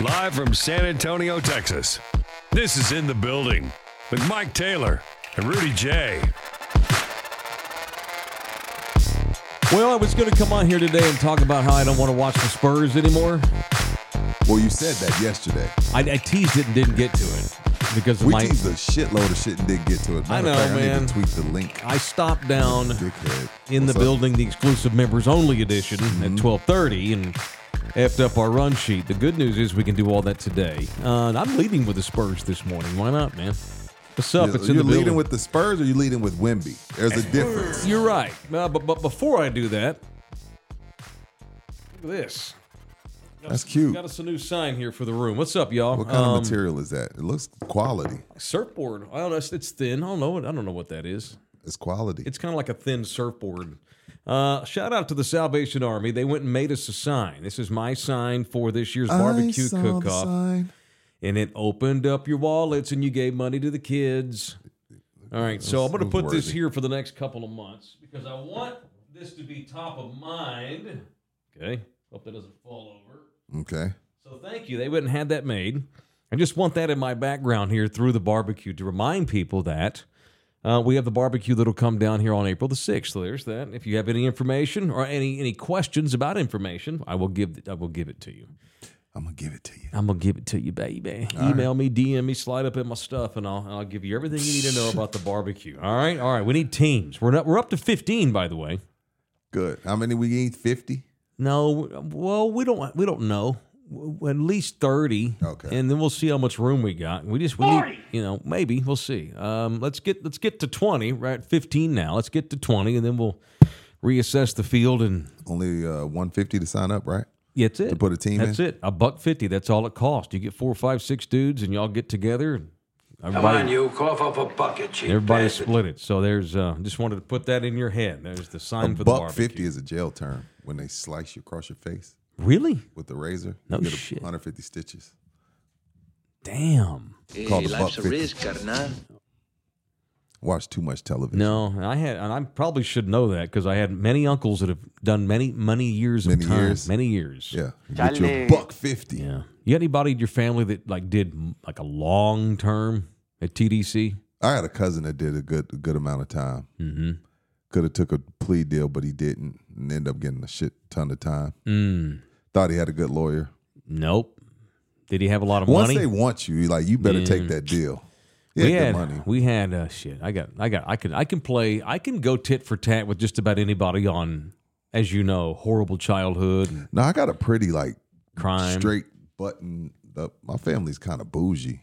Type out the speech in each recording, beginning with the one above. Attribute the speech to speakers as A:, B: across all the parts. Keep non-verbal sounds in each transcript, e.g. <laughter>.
A: Live from San Antonio, Texas. This is In the Building with Mike Taylor and Rudy J.
B: Well, I was going to come on here today and talk about how I don't want to watch the Spurs anymore.
C: Well, you said that yesterday.
B: I, I teased it and didn't get to it because of
C: We
B: my
C: teased a shitload of shit and didn't get to it.
B: I
C: Matter of
B: know,
C: fact, I
B: man.
C: need to tweet the link.
B: I stopped down
C: Dickhead.
B: in
C: What's
B: the
C: up? Mm-hmm.
B: building, the exclusive members only edition at twelve thirty, and effed up our run sheet. The good news is we can do all that today. Uh, and I'm leading with the Spurs this morning. Why not, man? What's up?
C: You're,
B: it's in the
C: you're leading
B: building.
C: with the Spurs or you leading with Wimby? There's a
B: <laughs>
C: difference.
B: You're right. Uh, but but before I do that, look at this.
C: That's cute.
B: Got us a new sign here for the room. What's up, y'all?
C: What kind of
B: Um,
C: material is that? It looks quality.
B: surfboard. I don't know. It's, it's thin. I don't know. what- I don't know what that is.
C: It's quality.
B: It's kind of like a thin surfboard. Uh, shout out to the Salvation Army. They went and made us a sign. This is my sign for this year's barbecue
C: I saw the
B: cook-off,
C: sign.
B: and it opened up your wallets, and you gave money to the kids. All right, so I'm going to
C: was
B: put this
C: worthy.
B: here for the next couple of months because I want this to be top of mind. Okay, hope that doesn't fall over.
C: Okay.
B: So thank you. They went and had that made. I just want that in my background here through the barbecue to remind people that uh, we have the barbecue that'll come down here on April the sixth. So there's that. If you have any information or any any questions about information, I will give I will give it to you.
C: I'm going to give it to you.
B: I'm gonna give it to you, baby. Email me, DM me, slide up in my stuff, and I'll I'll give you everything you need to know about the barbecue. All right, all right. We need teams. We're not, we're up to fifteen, by the way.
C: Good. How many we need? 50?
B: No, well, we don't we don't know. W- At least thirty.
C: Okay.
B: And then we'll see how much room we got. We just we need, you know maybe we'll see. Um, let's get let's get to twenty. We're at fifteen now. Let's get to twenty, and then we'll reassess the field and
C: Only uh, 150 to sign up, right?
B: yeah, that's it. To
C: put a team
B: That's
C: in?
B: it. A buck fifty. That's all it costs. You get four, five, six dudes, and y'all get together. And
D: Come on,
B: everybody,
D: you cough up a bucket, cheap
B: everybody
D: bastard.
B: split it. So there's uh, just wanted to put that in your head. There's the sign for the
C: Buck
B: barbecue.
C: 50 is a jail term when they slice you across your face
B: Really?
C: with the razor.
B: No
C: you get a
B: shit.
C: 150 stitches.
B: Damn.
C: Called a buck
D: life's a
C: 50.
D: risk, carnal.
C: Watch too much television.
B: No, and I had, and I probably should know that because I had many uncles that have done many, many years
C: Many
B: of time,
C: years?
B: many years.
C: Yeah. Get your buck 50.
B: yeah. You had anybody in your family that like did m- like a long term at TDC?
C: I had a cousin that did a good a good amount of time. Mm-hmm. Could have took a plea deal, but he didn't, and ended up getting a shit ton of time.
B: Mm.
C: Thought he had a good lawyer.
B: Nope. Did he have a lot of
C: Once
B: money?
C: they want you, like you better take that deal. He
B: we
C: had
B: had
C: good money.
B: we had uh, shit. I got I got I can I can play I can go tit for tat with just about anybody on, as you know, horrible childhood and
C: No, I got a pretty like
B: crime.
C: straight button up. My family's kind of bougie.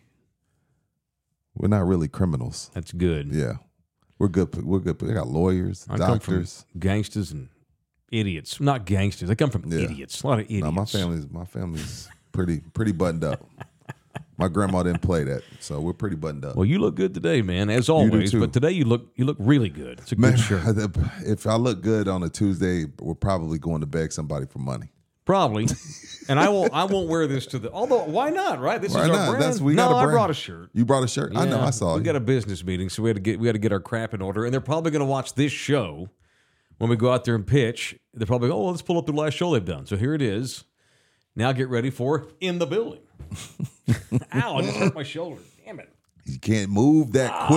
C: We're not really criminals.
B: That's good.
C: Yeah, we're good. pe- We're good. pe- They got lawyers,
B: I
C: doctors.
B: come from gangsters and idiots. Not gangsters. I come from
C: Yeah.
B: idiots. A lot of idiots.
C: No, my family's my family's pretty pretty buttoned up. My grandma didn't play that, so we're pretty buttoned up.
B: Well, you look good today, man, as always.
C: too.
B: But today you look you look really good. It's a
C: Man,
B: good
C: <laughs>
B: shirt.
C: if I look good on a Tuesday, we're probably going to beg somebody for money.
B: Probably. and I won't I won't wear this to the although why not, right? This
C: Why
B: is our
C: not?
B: brand.
C: That's- we
B: no,
C: got a
B: I
C: brand.
B: brought a shirt.
C: You brought a shirt. I know.
B: Yeah.
C: I saw
B: We
C: you.
B: got a business meeting, so we had to get we had to get our crap in order. And they're probably gonna watch this show when we go out there and pitch. They're probably oh let's pull up the last show they've done. So here it is. Now get ready for in the building. <laughs> Ow, I just hurt my shoulder. Damn it.
C: you can't move
B: Ah,
C: that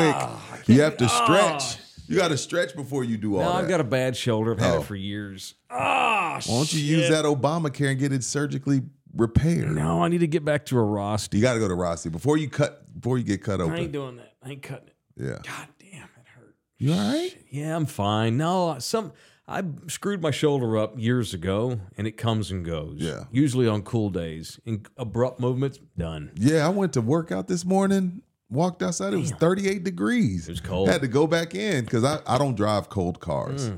C: quick. you have to stretch. You got to stretch before you do all
B: No,
C: that.
B: I've got a bad shoulder. I've had
C: Oh.
B: it for years. Ah,
C: Why don't you use that Obamacare and get it surgically repaired?
B: No, I need to get back to a roster.
C: You got to go to Rossi before you cut before you get cut
B: I ain't
C: open.
B: doing that. I ain't cutting it.
C: Yeah.
B: God damn, it hurt.
C: You all right?
B: Yeah, I'm fine. No, some I screwed my shoulder up years ago, and it comes and goes.
C: Yeah.
B: usually on cool days and abrupt movements. Done.
C: Yeah, I went to work out this morning. Walked outside. It was 38 degrees. It
B: was cold.
C: Had to go back in because I, I don't drive cold cars.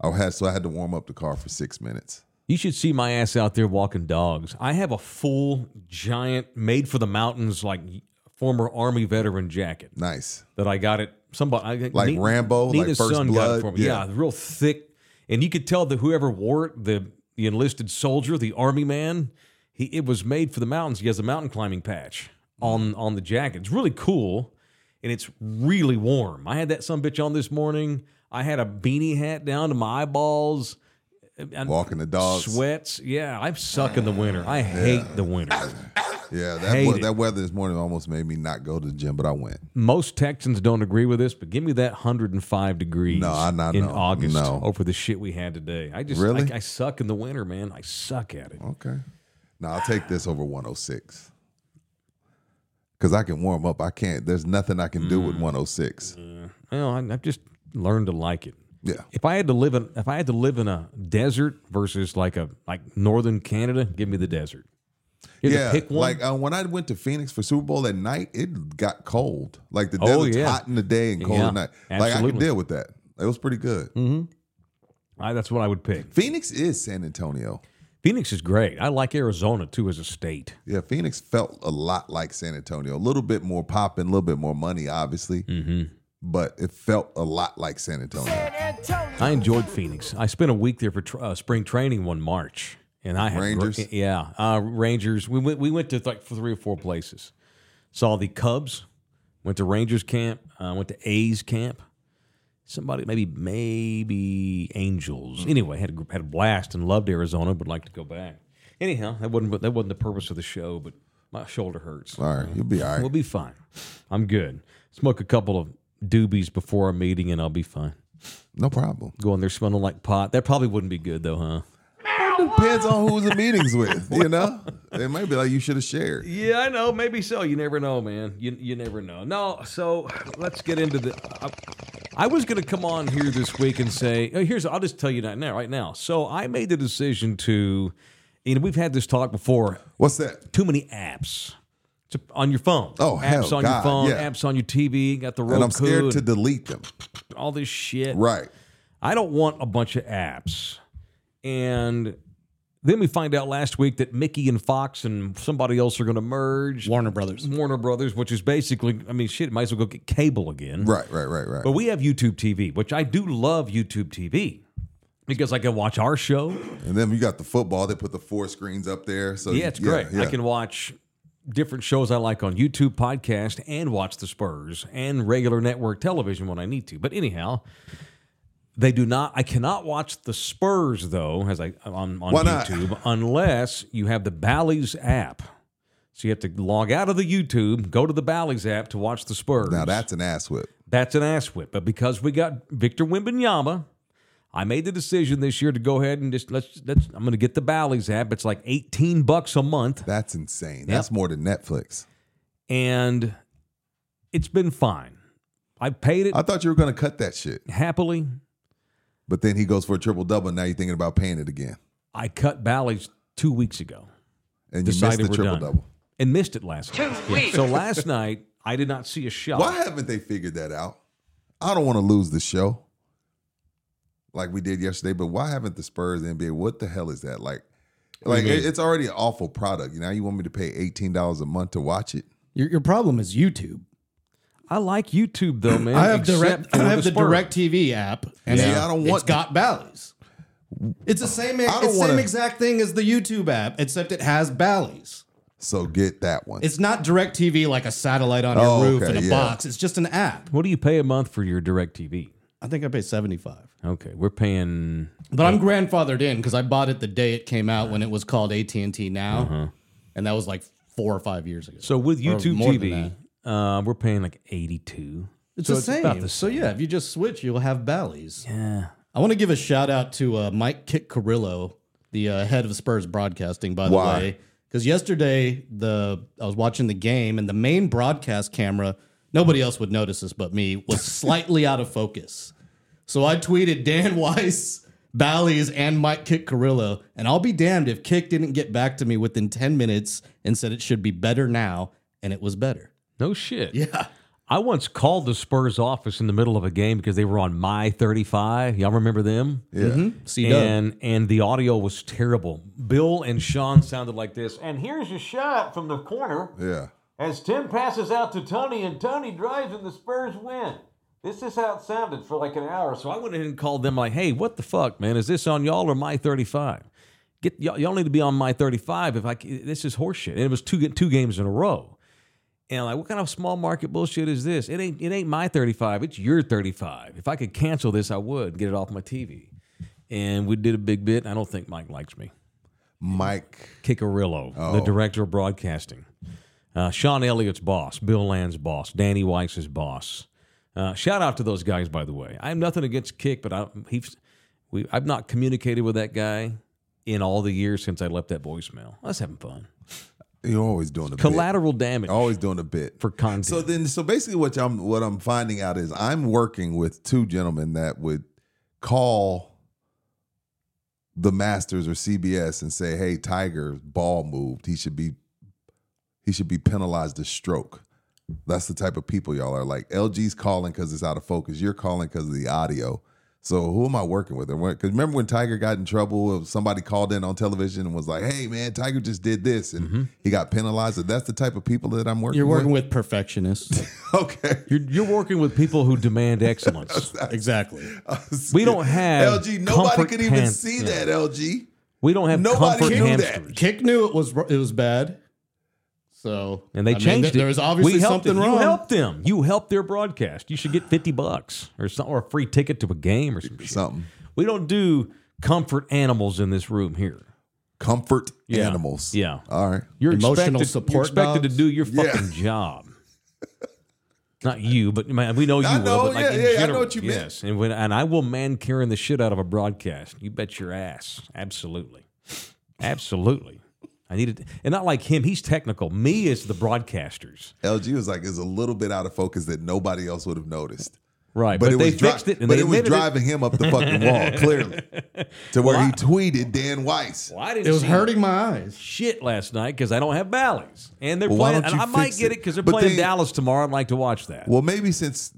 C: I had so I had to warm up the car for six minutes.
B: You should see my ass out there walking dogs. I have a full giant made for the mountains like former army veteran jacket
C: Nice.
B: that I got at somebody I,
C: Like Rambo, like
B: Nina's
C: First
B: son got
C: Blood,
B: it for me. Yeah.
C: yeah.
B: real thick, and you could tell that whoever wore it, the the enlisted soldier, the army man, he it was made for the mountains. He has a mountain climbing patch on on the jacket. It's really cool, and it's really warm. I had that some bitch on this morning. I had a beanie hat down to my eyeballs. and
C: Mm. Walking the dogs.
B: Sweats. Yeah, I suck in the winter. I hate the winter.
C: Yeah, that
B: Hate
C: we-
B: it.
C: that weather this morning almost made me not go to the gym, but I went.
B: Most Texans don't agree with this, but give me that 105 degrees
C: No, I- I
B: in
C: know.
B: August
C: No.
B: over the shit we had today. I just
C: Really?
B: I, I suck in the winter, man. I suck at it.
C: Okay. Now I'll take this over 106. Cause I can warm up. I can't. There's nothing I can do with 106.
B: Well, I, I've just learned to like it.
C: Yeah.
B: If I had to live in if I had to live in a desert versus like a like northern Canada, give me the desert. You had to
C: yeah.
B: pick one.
C: Like uh, when I went to Phoenix for Super Bowl at night, it got cold. Like the
B: Oh,
C: desert's
B: yeah.
C: hot in the day and cold
B: Yeah,
C: at night. Like I could
B: absolutely. Mm-hmm.
C: deal with that. It was pretty good.
B: I, that's what I would pick.
C: Phoenix is San Antonio.
B: Phoenix is great. I like Arizona too as a state.
C: Yeah, Phoenix felt a lot like San Antonio. A little bit more popping, a little bit more money, obviously.
B: Mm-hmm.
C: But it felt a lot like San Antonio.
B: I enjoyed Phoenix. I spent a week there for tr- uh, spring training one March, and I had
C: Rangers?
B: gr- yeah, uh, Rangers. We went we went to like three or four places. Saw the Cubs. Went to Rangers camp. Uh, went to A's camp. Somebody maybe maybe Angels. Anyway, had a, gr- had a blast and loved Arizona. Would like to go back. Anyhow, that wasn't that wasn't the purpose of the show, but my shoulder hurts.
C: All right, you'll be all right.
B: We'll be fine. I'm good. Smoke a couple of doobies before our meeting, and I'll be fine
C: No problem.
B: go in there smelling like pot. That probably wouldn't be good though, huh?
C: Depends on who's in meetings with, you know? It might be like you should have shared.
B: Yeah, I know. Maybe so. You never know, man. You you never know. No, so let's get into the. I, I was gonna come on here this week and say, oh, here's. I'll just tell you that now, right now. So I made the decision to. You know, we've had this talk before.
C: What's that?
B: Too many apps. It's on your phone.
C: Oh,
B: apps
C: hell,
B: on your
C: God,
B: phone.
C: yeah.
B: Apps on your TV. Got the Roku.
C: And I'm scared to
B: and
C: delete them.
B: all this shit.
C: Right.
B: I don't want a bunch of apps. And then we find out last week that Mickey and Fox and somebody else are going to merge.
E: Warner Brothers.
B: Warner Brothers, which is basically, I mean, shit, might as well go get cable again.
C: Right, right, right, right.
B: But we have YouTube TV, which I do love YouTube TV because I can watch our show.
C: and then you got the football. They put the four screens up there. So
B: Yeah, it's great. I
C: yeah.
B: can watch different shows I like on YouTube, podcast, and watch the Spurs and regular network television when I need to. But anyhow, they do not. I cannot watch the Spurs though, as I on on
C: Why not?
B: YouTube, unless you have the Bally's app. So you have to log out of the YouTube, go to the Bally's app to watch the Spurs.
C: Now that's an ass whip.
B: That's an ass whip. But because we got Victor Wimbanyama, I made the decision this year to go ahead and just let's let's I'm gonna get the Bally's app. It's like 18 bucks a month.
C: That's insane. That's more than Netflix.
B: And it's been fine. I paid it
C: I thought you were going to cut that shit.
B: happily.
C: But then he goes for a triple double. Now you're thinking about paying it again.
B: I cut Bally's two weeks ago.
C: And you missed
B: Decided
C: the
B: we're
C: triple
B: done.
C: double.
B: And missed it last night. Yeah. So last night I did not see a shot.
C: Why haven't they figured that out? I don't want to lose the show like we did yesterday, but why haven't the Spurs NBA? What the hell is that? Like, like it- it's already an awful product. Now you want me to pay eighteen dollars a month to watch it?
E: Your, your problem is YouTube.
B: I like YouTube though, man.
E: <clears throat> I have
B: except
E: direct. I
B: for
E: have the,
B: Spurs.
E: Direct TV app, and
C: Yeah.
E: it-
C: Yeah, I don't
E: it's
C: want-
E: got Bally's. It's the same. It's
C: don't
E: the same
C: wanna-
E: exact thing as the YouTube app, except it has Bally's.
C: So get that one.
E: It's not Direct TV like a satellite on
C: Oh,
E: your roof
C: okay,
E: and a
C: yeah.
E: box. It's just an app.
B: What do you pay a month for your direct TV?
E: I think I paid seventy five,
B: Okay, we're paying
E: but I'm grandfathered in because I bought it the day it came out when it was called AT and T Now, and that was like four or five years ago.
B: So with
E: Or
B: YouTube
E: more than
B: TV, uh, we're paying like eighty-two.
E: It's
B: So
E: the
B: it's
E: same.
B: about the
E: So yeah, if you just switch, you'll have Bally's. Yeah. I want to give a shout out to uh, Mike Kick Carrillo, the uh, head of Spurs broadcasting, by the
C: Why?
E: way, because yesterday the I was watching the game and the main broadcast camera. Nobody else would notice this but me was slightly out of focus. So I tweeted Dan Weiss, Bally's, and Mike Kick Carrillo, and I'll be damned if Kick didn't get back to me within ten minutes and said it should be better now, and it was better.
B: No shit. Yeah. I once called the Spurs office in the middle of a game because they were on my thirty-five. Y'all remember them?
C: yeah.
E: See,
B: And and the audio was terrible. Bill and Sean sounded like this. And here's a shot from the corner
C: Yeah.
B: as Tim passes out to Tony, and Tony drives, and the Spurs win. This is how it sounded for like an hour. So I went ahead and called them like, "Hey, what the fuck, man? Is this on y'all or my 35? Get y'all, y'all need to be on my 35. If I c- this is horseshit, and it was two two games in a row. And I'm like, what kind of small market bullshit is this? It ain't it ain't my 35. It's your 35. If I could cancel this, I would get it off my TV. And we did a big bit. I don't think Mike likes me.
C: Mike.
B: Kikarillo,
C: Oh.
B: the director of broadcasting. Uh, Sean Elliott's boss, Bill Land's boss, Danny Weiss's boss. Uh, shout out to those guys, by the way. I have nothing against Kick, but I, he's, we, I've not communicated with that guy in all the years since I left that voicemail. I was having fun.
C: You're always doing a
B: Collateral damage
C: bit. Always doing a bit.
B: for content.
C: Oh. So then, so basically, what I'm what I'm finding out is I'm working with two gentlemen that would call the Masters or CBS and say, "Hey, Tiger's ball moved. He should be he should be penalized a stroke." That's the type of people y'all are. Like LG's calling because it's out of focus. You're calling because of the audio. So who am I working with? Because remember when Tiger got in trouble, somebody called in on television and was like, "Hey, man, Tiger just did this," and he got penalized. So that's the type of people that I'm working.
E: You're
C: with?
E: working with perfectionists.
C: <laughs> Okay.
B: you're, you're working with people who
C: <laughs>
B: demand excellence.
E: exactly.
B: We don't have
C: LG. Nobody
B: comfort
C: could even
B: ham-
C: see
B: yeah.
C: that LG.
B: We don't have
C: Nobody
B: comfort
C: knew that.
B: hamsters.
E: Kick knew it was it was bad. So
B: And they
E: I mean,
B: changed
E: there-
B: it.
E: There was obviously
B: We helped
E: something
B: them.
E: wrong.
B: You helped them. You helped their broadcast. You should get fifty bucks or some, or a free ticket to a game or some shit.
C: Something.
B: We don't do comfort animals in this room here.
C: Comfort
B: Yeah.
C: animals.
B: Yeah,
C: All right.
B: you're expected,
E: Emotional
B: You're
E: support
B: expected
E: dogs?
B: to do your
C: Yeah.
B: fucking job. Not you, but man, we know you
C: I know,
B: will. But like
C: yeah,
B: in
C: yeah, I know
B: general,
C: what you meant.
B: Yes, and when and I will man Karen the shit out of a broadcast. You bet your ass. Absolutely, absolutely. I needed, and not like him. He's technical. Me is the broadcasters.
C: LG was like, is a little bit out of focus that nobody else would have noticed.
B: Right,
C: But, it
B: they
C: was dri-
B: fixed it, and
C: but
B: they
C: it was
B: admitted it.
C: driving him up
B: <laughs>
C: the fucking wall, clearly, to where he tweeted Dan Weiss.
B: Well, I didn't
E: It was
B: see
E: hurting my eyes.
B: shit last night because I don't have Bally's, and they're
C: Well, why
B: playing. And
C: don't
B: I
C: you
B: might
C: fix
B: get it
C: it?
B: because they're
C: But
B: playing
C: they-
B: Dallas tomorrow. I'd like to watch that.
C: Well, maybe since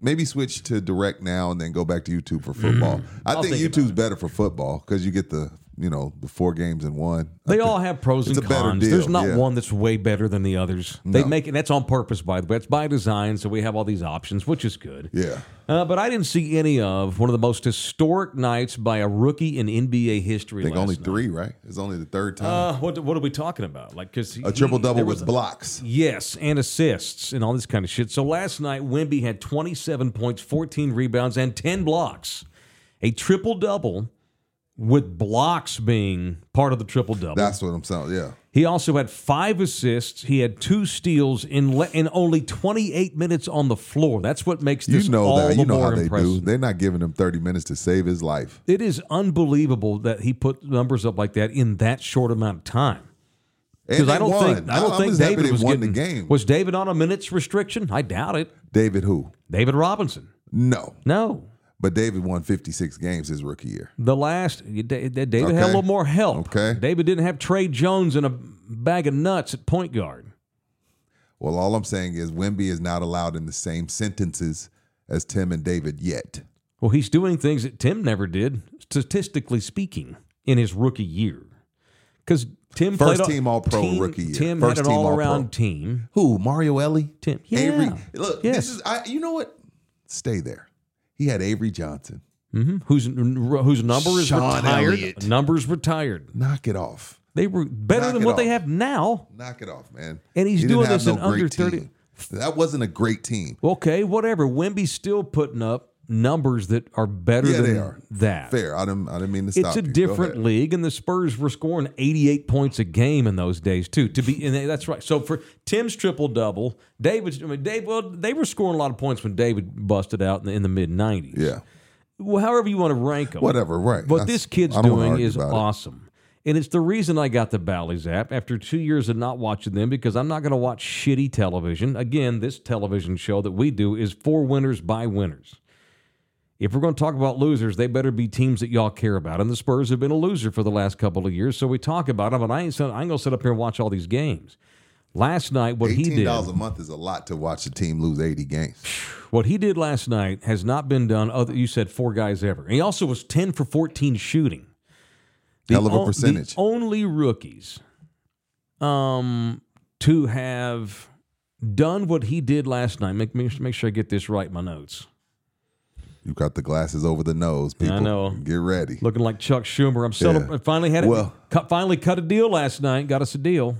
C: maybe switch to direct now and then go back to YouTube for football. I think
B: Mm. think about
C: YouTube's better for football because you get the you know the four games in one. I
B: they
C: think-
B: all have pros
C: it's
B: and
C: a better
B: cons.
C: deal,
B: There's not
C: yeah.
B: one that's way better than the others. They make it. That's on purpose, by the way. It's by design, so we have all these options, which is good.
C: Yeah.
B: Uh, but I didn't see any of one of the most historic nights by a rookie in NBA history.
C: I think
B: last
C: only
B: night.
C: three, right? It's only the third time.
B: Uh, <laughs> what what are we talking about? Like because
C: a triple double with blocks.
B: Yes, and assists and all this kind of shit. So last night, Wimby had 27 points, 14 rebounds, and 10 blocks. A triple double with blocks being part of the triple double.
C: That's what I'm saying. Yeah.
B: He also had five assists. He had two steals in le- in only 28 minutes on the floor. That's what makes this
C: You know
B: all
C: that.
B: the
C: You know
B: more
C: how they
B: impressive.
C: do. They're not giving him 30 minutes to save his life.
B: It is unbelievable that he put numbers up like that in that short amount of time.
C: And
B: Because
C: they
B: I don't
C: won.
B: think I
C: I'm
B: don't think
C: just happy
B: David
C: they
B: was
C: won
B: getting
C: the game.
B: Was David on a minutes restriction? I doubt it.
C: David who?
B: David Robinson.
C: No.
B: No.
C: But David won 56 games his rookie year.
B: The last, D- D- David had
C: Okay.
B: a little more help.
C: Okay.
B: David didn't have Trey Jones and a bag of nuts at point guard.
C: Well, all I'm saying is Wimby is not allowed in the same sentences as Tim and David yet.
B: Well, he's doing things that Tim never did, statistically speaking, in his rookie year. Because Tim
C: First
B: played a-
C: team All-Pro
B: team-
C: rookie year.
B: Tim
C: First
B: had an
C: team All-Pro.
B: all-around team.
C: Who? Mario Ellie?
B: Tim, yeah,
C: Avery. Look,
B: yes.
C: this is I you know what? Stay there. He had Avery Johnson.
B: Mhm. whose whose number is
C: Sean
B: retired.
C: Elliott.
B: Numbers retired.
C: Knock it off.
B: They were better
C: Knock
B: than
C: it
B: what they
C: off.
B: have now.
C: Knock it off, man.
B: And he's
C: He didn't
B: doing
C: have
B: this in
C: no great
B: under 30
C: team. That wasn't a great team.
B: Okay, whatever. Wimby's still putting up numbers that are better
C: Yeah,
B: than
C: they are.
B: that.
C: Fair. I didn't I didn't mean to
B: It's
C: stop
B: a
C: you. Go
B: different
C: ahead.
B: league, and the Spurs were scoring 88 points a game in those days too. To be, and that's right. So for Tim's triple double, David's. I mean, Dave. Well, they were scoring a lot of points when David busted out in the, in the mid 90s.
C: Yeah.
B: Well, however you want to rank them,
C: Whatever, right.
B: What
C: That's-
B: this kid's
C: I don't wanna
B: doing
C: argue
B: is
C: about it.
B: awesome, and it's the reason I got the Bally's app after two years of not watching them because I'm not going to watch shitty television. Again, this television show that we do is for winners by winners. If we're going to talk about losers, they better be teams that y'all care about. And the Spurs have been a loser for the last couple of years, so we talk about them. But I ain't, sit- I ain't going to sit up here and watch all these games. Last night, what he
C: Eighteen
B: did,
C: dollars a month is a lot to watch a team lose eighty games.
B: what he did last night has not been done. Other, you said four guys ever. And he also was ten for fourteen shooting. The
C: Hell of a
B: on- the
C: percentage.
B: only rookies, um, to have done what he did last night. Make me make sure I get this right. in My notes.
C: You got the glasses over the nose, people.
B: know.
C: Get ready.
B: looking like Chuck Schumer. I'm celebrating.
C: Yeah.
B: Finally had it.
C: Well-
B: cut, finally cut a deal last night. Got us a deal.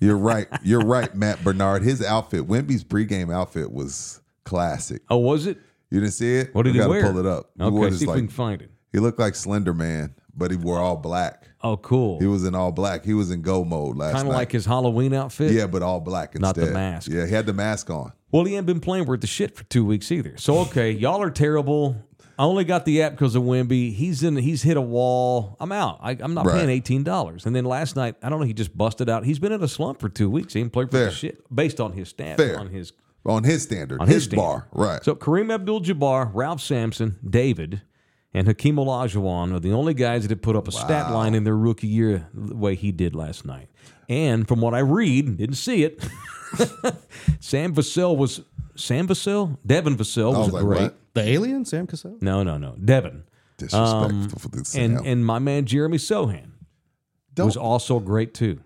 C: You're right. You're right, Matt Bernard. His outfit, Wimby's pregame outfit, was classic.
B: Oh, was it?
C: You didn't see it?
B: What did
C: we
B: he
C: gotta
B: wear?
C: Pull it up. He
B: Okay,
C: wore
B: see
C: this,
B: if we
C: like,
B: can find it.
C: he looked like Slender Man, but he wore all black.
B: Oh, cool.
C: He was in all black. He was in go mode last
B: Kind of
C: night.
B: like his Halloween outfit.
C: yeah, but all black instead.
B: Not the mask.
C: Yeah, he had the mask on.
B: Well, he ain't been playing worth the shit for two weeks either. So okay, <laughs> y'all are terrible. I only got the app because of Wimby. He's in. He's hit a wall. I'm out. I, I'm not
C: Right.
B: paying eighteen dollars. And then last night, I don't know. He just busted out. He's been in a slump for two weeks. He ain't played for
C: Fair.
B: the shit based on his stats
C: Fair.
B: on his
C: On his standard,
B: on
C: his,
B: his
C: bar, right?
B: So Kareem Abdul-Jabbar, Ralph Sampson, David, and Hakeem Olajuwon are the only guys that have put up a stat line in their rookie year the way he did last night. And from what I read, didn't see it. <laughs> Sam Vassell was Sam Vassell, Devin Vassell
C: I
B: was,
C: was like,
B: great.
C: what?
E: The alien, Sam Cassell?
B: No, no, no, Devin.
C: Disrespectful for this.
B: Um, And
C: now.
B: and my man Jeremy Sohan
C: Don't-
B: was also great too.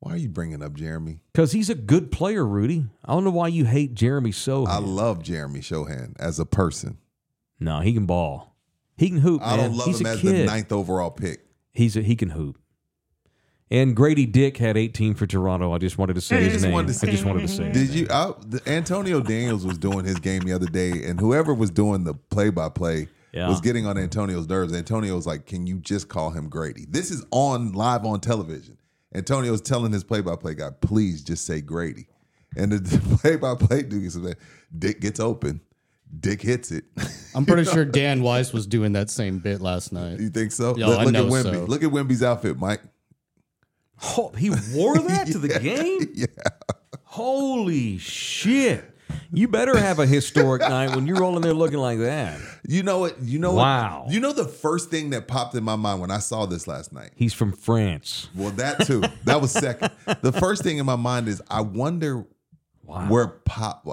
C: why are you bringing up Jeremy?
B: Because he's a good player, Rudy. I don't know why you hate Jeremy Sohan.
C: I love Jeremy Shohan as a person.
B: no, he can ball. He can hoop.
C: I
B: man.
C: don't love
B: He's
C: him
B: a
C: as the
B: kid.
C: ninth overall pick.
B: He's a, he can hoop. And Grady Dick had 18 for Toronto. I just wanted to say
C: Yeah, you
B: his
C: just
B: name.
C: wanted to
B: I just wanted to say.
C: Did you? I, the, Antonio Daniels was doing his game the other day, and whoever was doing the play-by-play
B: Yeah.
C: was getting on Antonio's nerves. Antonio was like, "Can you just call him Grady? This is on live on television." Antonio's telling his play-by-play guy, "Please just say Grady." And the <laughs> play-by-play dude says, "Dick gets open, Dick hits it."
E: I'm pretty
B: <laughs>
E: sure Dan Weiss was doing that same bit last night.
C: you think so?
E: Yo,
C: look
E: I
C: look
E: know
C: at Wimby.
E: so.
C: Look at Wimby's outfit, Mike.
B: Oh, he wore that to <laughs> the game?
C: Yeah.
B: Holy shit. You better have a historic night when you're rolling there looking like that.
C: You know what? You know
B: Wow.
C: What, you know the first thing that popped in my mind when I saw this last night.
B: He's from France.
C: Well, that too. that was second. The first thing in my mind is I wonder
B: Wow.
C: where Pop,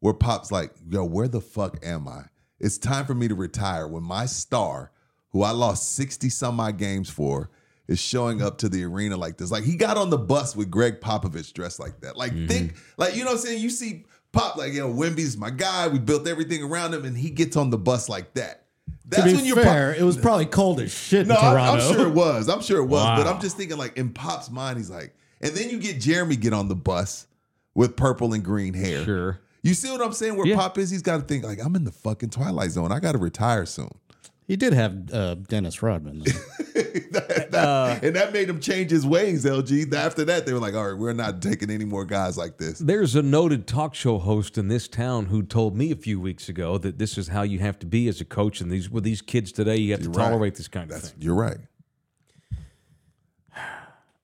C: where Pop's like, yo, where the fuck am I? It's time for me to retire when my star, who I lost sixty some odd games for, is showing up to the arena like this. Like he got on the bus with Greg Popovich dressed like that. Like
E: Mm-hmm.
C: think, like you know what I'm saying. You see Pop like, yo, Wimby's my guy. We built everything around him, and he gets on the bus like that. That's
E: to be
C: when you're Pop-
E: fair, it was probably cold as shit
C: no,
E: in
C: I-
E: Toronto.
C: I'm, sure it was. I'm sure it was. But
B: Wow.
C: I'm just thinking, like in Pop's mind, he's like, and then you get Jeremy get on the bus with purple and green hair.
B: Sure.
C: You see what I'm saying? Where
B: Yeah.
C: Pop is, he's got to think like, I'm in the fucking twilight zone. I got to retire soon,
E: <laughs> He did have uh, Dennis Rodman. though.
C: That- that-
B: Uh,
C: and that made him change his ways. LG. After that, they were like, all right, we're not taking any more guys like this.
B: There's a noted talk show host in this town who told me a few weeks ago that this is how you have to be as a coach, and these with these kids today, you have to
C: You're right.
B: tolerate this kind of
C: That's
B: thing.
C: you're right.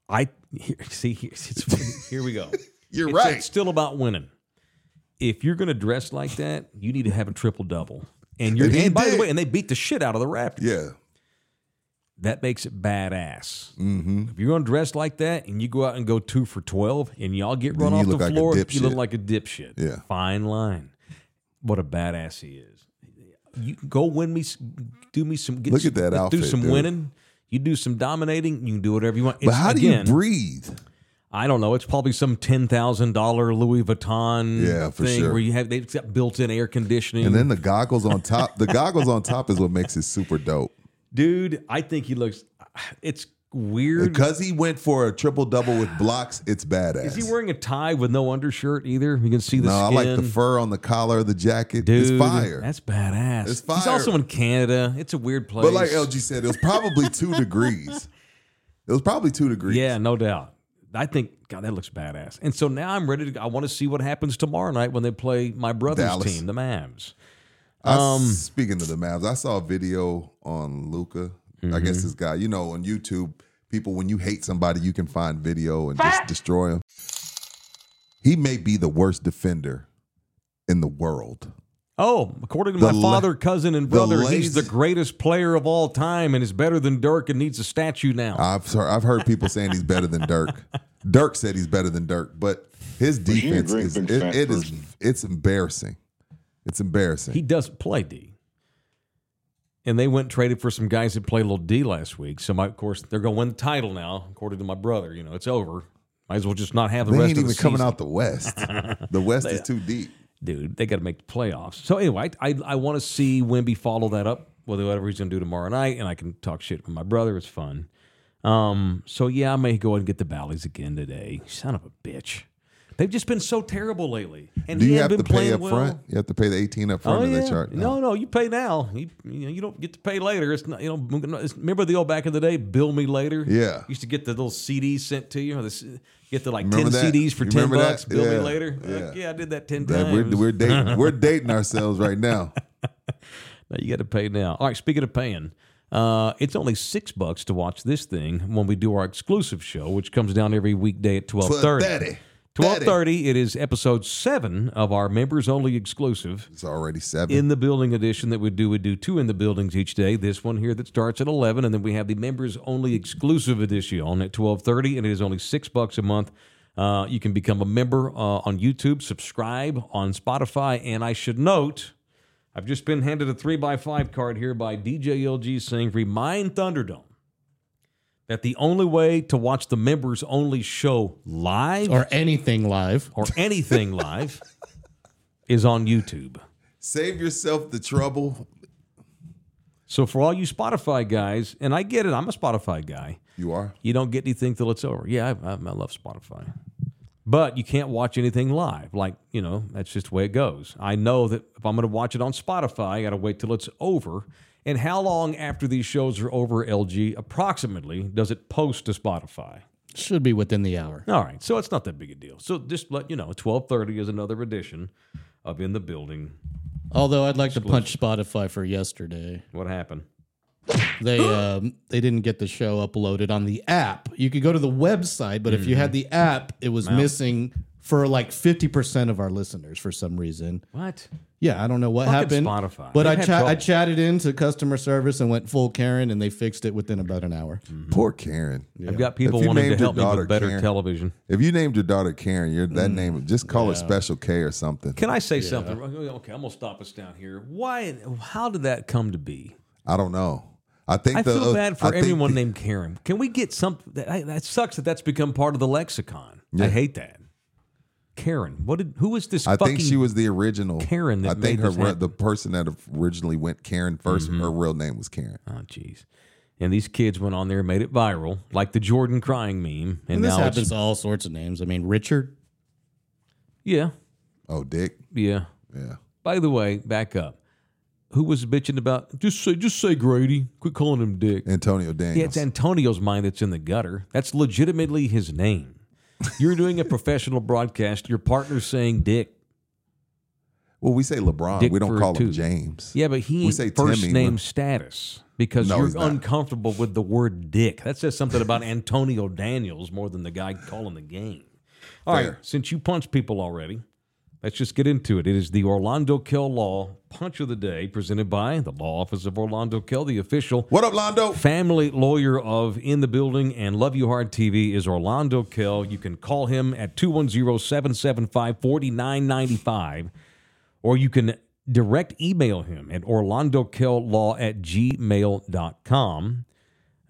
B: I here, <laughs> see here, it's, here we go.
C: You're
B: It's-
C: right.
B: It's still about winning. If you're going to dress like that, you need to have a triple double. And you're
C: And he
B: and by the
C: did.
B: way, and they beat the shit out of the Raptors.
C: yeah.
B: That makes it badass.
C: Mm-hmm.
B: If you're going to dress like that and you go out and go two for twelve and y'all get run
C: you
B: off the
C: look like a
B: floor, you look
C: dipshit.
B: like a dipshit.
C: Yeah.
B: Fine line. What a badass he is. You go win me, s- do me some. Get
C: Look
B: some-
C: at that
B: let's Do
C: outfit,
B: some
C: dude.
B: winning. You do some dominating. You can do whatever you want.
C: But
B: It's,
C: how do
B: again,
C: you breathe?
B: I don't know. It's probably some ten thousand dollar Louis Vuitton
C: Yeah, for
B: thing
C: sure.
B: where you have they've got built in air conditioning.
C: And then the goggles on top. The goggles on top is what makes it
B: <laughs>
C: super dope.
B: dude, I think he looks. It's weird.
C: Because he went for a triple double with blocks, it's badass.
B: Is he wearing a tie with no undershirt either? You can see the
C: No, I
B: skin.
C: like the fur on the collar of the jacket.
B: Dude,
C: it's fire.
B: That's badass.
C: It's
B: He's
C: fire.
B: also in Canada. It's a weird place.
C: but like LG said, it was probably
B: <laughs>
C: two degrees. It was probably two degrees.
B: yeah, no doubt. I think God, that looks badass. And so now I'm ready to. go. I want to see what happens tomorrow night when they play my brother's
C: Dallas.
B: team, the Mavs.
C: I,
B: Um,
C: speaking of the Mavs, I saw a video on Luca.
B: Mm-hmm.
C: I guess this guy, you know, on YouTube, people when you hate somebody, you can find video and just destroy him. He may be the worst defender in the world.
B: Oh, according to
C: The
B: my
C: la-
B: father, cousin, and
C: the
B: brother, he's
C: lazy-
B: the greatest player of all time and is better than Dirk and needs a statue now.
C: I've heard, I've heard people saying he's better than
B: <laughs>
C: Dirk. Dirk said he's better than Dirk, but his
F: he a
C: defense
F: great
C: is
F: big
C: it-
F: fat
C: it is
F: person.
C: it's embarrassing. It's embarrassing.
B: he doesn't play D. And they went and traded for some guys that played a little D last week. So, my, of course, they're going to win the title now, according to my brother. You know, it's over. Might as well just not have the
C: they
B: rest
C: ain't
B: of
C: even
B: the
C: coming
B: season.
C: out
B: <laughs>
C: the West. The West is too deep.
B: Dude, they got to make the playoffs. So, anyway, I, I, I want to see Wimby follow that up with whatever he's going to do tomorrow night. And I can talk shit with my brother. It's fun. Um, so, yeah, I may go and get the Bally's again today. Son of a bitch. They've just been so terrible lately. And
C: Do
B: he
C: you
B: had
C: have
B: been
C: to pay
B: playing
C: up
B: well.
C: front? You have to pay the 18 up front
B: Oh
C: in
B: yeah.
C: that chart.
B: No. no, you pay now. You, you know, you don't get to pay later. It's not you know. It's, remember the old back in the day, bill me later.
C: Yeah.
B: used to get the little CDs sent to you. Or the, c- get the like
C: Remember
B: ten
C: that?
B: CDs for
C: You
B: ten
C: remember that?
B: bucks. Bill
C: Yeah.
B: me later.
C: Yeah.
B: Like, yeah, I did that ten
C: That-
B: times.
C: we're,
B: <laughs>
C: we're dating we're dating ourselves right now.
B: Now you got to pay now. All right. Speaking of paying, uh, it's only six bucks to watch this thing when we do our exclusive show, which comes down every weekday at twelve thirty.
C: 12:30.
B: Twelve thirty. It is episode seven of our members only exclusive.
C: It's already seven.
B: in the building edition that we do. We do two in the buildings each day. This one here that starts at eleven, and then we have the members only exclusive edition at twelve thirty, and it is only six bucks a month. Uh, you can become a member uh, on YouTube, subscribe on Spotify, and I should note. I've just been handed a 3x5 card here by DJ LG saying, Remind Thunderdome that the only way to watch the members only show live
E: or anything live.
B: or anything live is on YouTube.
C: Save yourself the trouble.
B: So for all you Spotify guys, and I get it, I'm a Spotify guy.
C: You are.
B: You don't get anything till it's over. Yeah, I, I, I love Spotify, but you can't watch anything live. Like you know, that's just the way it goes. I know that if I'm going to watch it on Spotify, I got to wait till it's over. And how long after these shows are over, LG approximately does it post to Spotify?
E: Should be within the hour.
B: All right, so it's not that big a deal. So just let you know, twelve thirty is another edition of In the Building.
E: Although I'd like to punch Spotify for yesterday.
B: What happened? <gasps>
E: They um, they didn't get the show uploaded on the app. You could go to the website, but if you had the
B: Mm-hmm.
E: app, it was missing for like 50% of our listeners for some reason.
B: What?
E: Yeah, I don't know what
B: Fucking
E: happened.
B: Spotify.
E: But
B: They've
E: I
B: had
E: cha- I
B: trouble.
E: chatted into customer service and went full Karen and they fixed it within about an hour.
B: Mm-hmm.
C: Poor Karen.
B: I've got people
C: If you
B: wanting to
C: named your
B: help me
C: daughter
B: with better
C: Karen-
B: television.
C: If you named your daughter Karen, your
B: Mm.
C: that name just call her Special K or something.
B: Can I say something? Okay, I'm gonna stop us down here. Why? How did that come to be?
C: I don't know. I think
B: I
C: the, uh,
B: feel bad for
C: I think
B: everyone
C: the-
B: named Karen. Can we get something? That, I- that sucks that that's become part of the lexicon. I hate that. Karen, what did? Who is this?
C: I
B: fucking,
C: think she was the original
B: Karen that
C: I think
B: made
C: her
B: this
C: re-
B: happen. Mm-hmm.
C: the person that originally went Karen 1st Her real name was Karen.
B: Oh, jeez. And these kids went on there and made it viral, like the Jordan crying meme. And,
E: And this
B: now
E: happens
B: it's
E: to all sorts of names. I mean, Richard.
B: yeah,
C: Oh, Dick.
B: yeah.
C: Yeah.
B: By the way, back up. Who was bitching about? Just say, just say Grady. Quit calling him Dick.
C: Antonio
B: Yeah,
C: Daniels.
B: it's Antonio's mind that's in the gutter. That's legitimately his name. You're doing a <laughs> professional broadcast. Your partner's saying Dick.
C: well, we say LeBron.
B: Dick
C: we don't
B: for
C: call
B: two.
C: him James.
B: Yeah, but he
C: We
B: ain't
C: say
B: first
C: Timmy,
B: name
C: but-
B: status because
C: No, he's
B: you're
C: not.
B: uncomfortable with the word Dick. That says something about Antonio Daniels more than the guy calling the game. All right,
C: Fair.
B: since you punch people already, let's just get into it. It is the Orlando Kell Law Punch of the Day presented by the Law Office of Orlando Kell, the official
C: What up, Londo?
B: family lawyer of In the Building and Love You Hard TV is Orlando Kell. You can call him at 210 775 4995, or you can direct email him at orlandokell.law at gmail.com.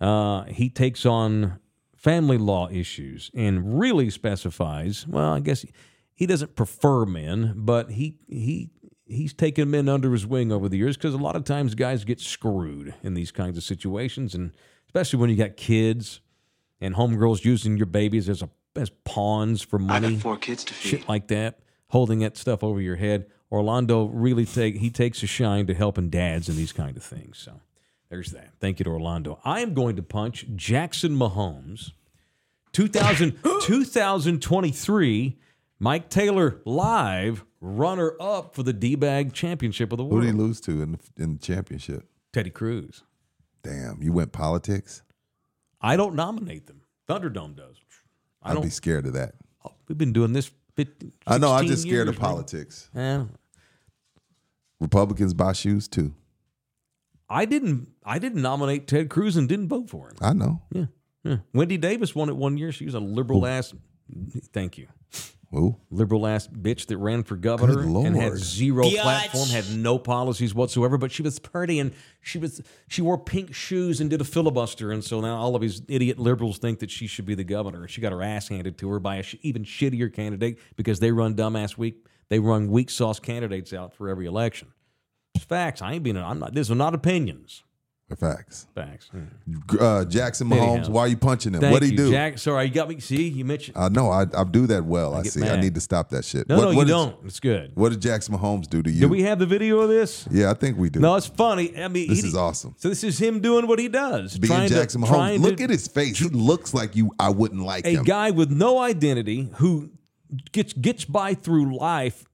B: Uh, he takes on family law issues and really specifies, well, I guess he, he doesn't prefer men, but he, he, he's taken men under his wing over the years because a lot of times guys get screwed in these kinds of situations, and especially when you got kids and homegirls using your babies as a as pawns for
D: I
B: money
D: got four kids to feed.
B: shit like that, holding that stuff over your head. Orlando really take he takes a shine to helping dads and these kind of things. So there's that. Thank you to Orlando. I am going to punch Jackson Mahomes.
C: <gasps>
B: 2000, 2023 Mike Taylor live runner up for the D-bag championship of the
C: Who
B: world.
C: did he lose to in the, in the championship?
B: Teddy Cruz.
C: Damn, you went politics.
B: I don't nominate them. Thunderdome does. I
C: I'd be
B: don't.
C: scared of that.
B: We've been doing this. 15,
C: I know. I'm
B: 16
C: just scared
B: years,
C: of
B: man.
C: politics.
B: Eh,
C: Republicans buy shoes too.
B: I didn't. I didn't nominate Ted Cruz and didn't vote for him.
C: I know.
B: Yeah. yeah. Wendy Davis won it one year. She was a liberal ass. Thank you.
C: Who?
B: Liberal ass bitch that ran for governor
C: Good
B: and had
C: Lord.
B: zero platform, had no policies whatsoever. But she was pretty and she was she wore pink shoes and did a filibuster. And so now all of these idiot liberals think that she should be the governor. She got her ass handed to her by a sh- even shittier candidate because they run dumbass weak. They run weak sauce candidates out for every election. It's facts. I ain't being. I'm not. These are not opinions.
C: Facts.
B: Thanks.
C: Uh, Jackson Mahomes,
B: Anyhow.
C: why are you punching him?
B: Thank
C: What'd he
B: you,
C: do?
B: Jack. Sorry, you got me. See, you mentioned.
C: Uh, no, I, I do that well. I,
B: get
C: see. I
B: mad.
C: need to stop that shit.
B: No, no, you
C: did-
B: don't. It's good.
C: What did Jackson Mahomes do to you?
B: Do we have the video of this?
C: yeah, I think we do.
B: No, it's funny. I mean,
C: this
B: he-
C: is awesome.
B: So this is him doing what he does.
C: Being
B: trying to-
C: Jackson Mahomes,
B: trying
C: look
B: to-
C: at his face. He looks like you. I wouldn't like
B: a
C: him.
B: guy with no identity who gets gets by through life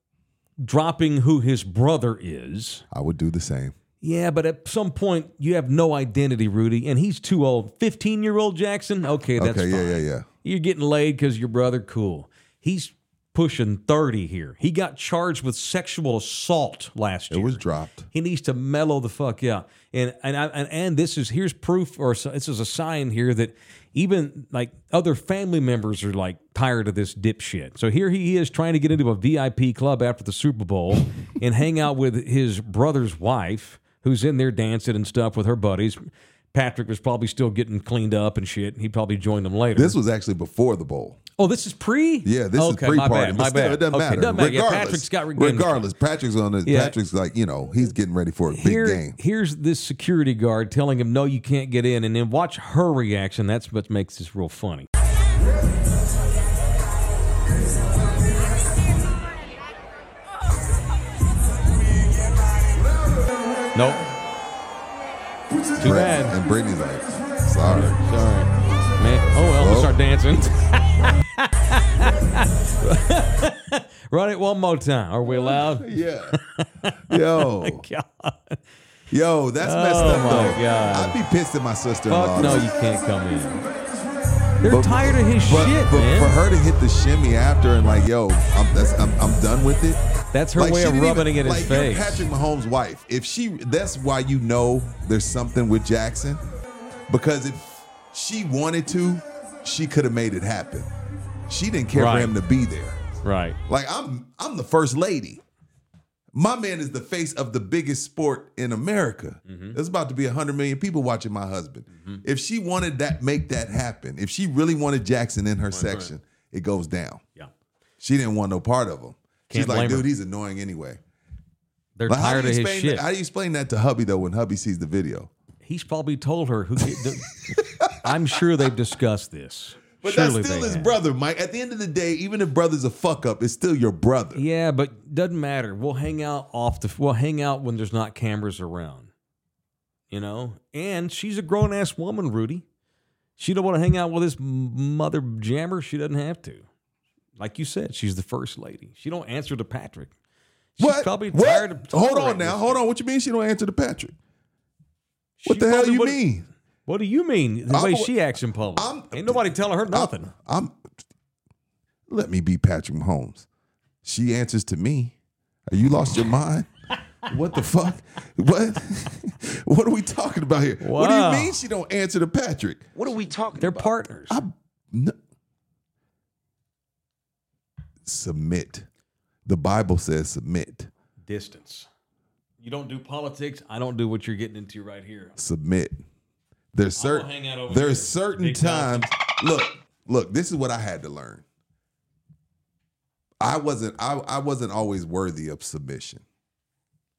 B: dropping who his brother is.
C: I would do the same.
B: Yeah, but at some point you have no identity, Rudy, and he's too old. 15-year-old Jackson? Okay, that's
C: okay,
B: fine.
C: yeah, yeah, yeah.
B: You're getting laid cuz your brother cool. He's pushing 30 here. He got charged with sexual assault last
C: It
B: year.
C: was dropped.
B: He needs to mellow the fuck out. And and I, and, and this is here's proof or so- this is a sign here that even like other family members are like tired of this dipshit. So here he is trying to get into a VIP club after the Super Bowl <laughs> and hang out with his brother's wife who's in there dancing and stuff with her buddies. Patrick was probably still getting cleaned up and shit. He probably joined them later.
C: This was actually before the bowl.
B: oh, this is pre.
C: Yeah, this
B: okay,
C: is
B: my
C: pre-party.
B: bad.
C: but
B: My
C: still,
B: bad.
C: It doesn't
B: Okay,
C: matter.
B: doesn't matter. Yeah,
C: Regardless,
B: Patrick's got games.
C: regardless, Patrick's on his.
B: Yeah.
C: Patrick's like you know he's getting ready for a big
B: Here-
C: game.
B: Here's this security guard telling him, "No, you can't get in," and then watch her reaction. That's what makes this real funny. Nope. Too
C: Brett-
B: bad,
C: And Brittany's like, sorry.
B: <laughs> man. Oh well, let's
C: Oh.
B: start dancing. <laughs> Run it one more time. Are we
C: <laughs>
B: allowed?
C: Yeah.
B: <laughs>
C: Yo. Yo, that's messed
B: Oh
C: up
B: my
C: though.
B: God.
C: I'd be pissed at my sister in law.
B: Fuck no, you can't come in. They're tired of his
C: but,
B: shit,
C: but
B: man.
C: for her to hit the shimmy after and like, yo, I'm that's I'm, I'm done with it.
B: That's her
C: Like,
B: way
C: she
B: of
C: didn't
B: rubbing
C: even-
B: it in
C: like,
B: his
C: you're
B: face.
C: Patrick Mahomes' wife. If she, that's why you know there's something with Jackson, because if she wanted to, she could have made it happen. She didn't care
B: Right.
C: for him to be there.
B: Right.
C: Like I'm, I'm the first lady. My man is the face of the biggest sport in America.
B: Mm-hmm.
C: There's about to be hundred million people watching my husband. If she wanted that, make that happen. If she really wanted Jackson in her section, it goes down.
B: Yeah.
C: She didn't want no part of him.
B: Can't
C: She's like,
B: blame her.
C: dude, he's annoying anyway.
B: They're
C: But how
B: tired
C: do
B: of his
C: you explain
B: shit.
C: That, how do you explain that to hubby though when hubby sees the video?
B: He's probably told her who.
C: <laughs>
B: I'm sure they've discussed this.
C: But
B: Surely
C: that's still
B: they
C: his
B: have.
C: brother, Mike. At the end of the day, even if brother's a fuck up, it's still your brother.
B: Yeah, but doesn't matter. We'll hang out off the. We'll hang out when there's not cameras around. You know, and she's a grown ass woman, Rudy. She don't want to hang out with this m- mother jammer. She doesn't have to. Like you said, she's the first lady. She don't answer to Patrick. She's
C: what?
B: probably
C: What?
B: tired of.
C: Hold on
B: tolerating
C: now.
B: this.
C: Hold on. What you mean she don't answer to Patrick? What
B: She
C: the hell
B: probably
C: you
B: would've-
C: mean?
B: What do you mean? The
C: I'm
B: way
C: a-
B: she acts in public.
C: I'm-
B: Ain't nobody telling her nothing.
C: I'm. Let me be Patrick Mahomes. She answers to me. Are you lost your <laughs> mind? What the fuck? What? <laughs> what are we talking about here? What do
B: Wow.
C: you mean she don't answer to Patrick?
D: What are we talking
B: They're partners.
C: I no. submit. The Bible says submit.
B: Distance. You don't do politics. I don't do what you're getting into right here.
C: Submit. There's
B: I will
C: certain
B: hang out over here.
C: there's certain
B: Big time.
C: times. Look, look, this is what I had to learn. I wasn't I, I wasn't always worthy of submission.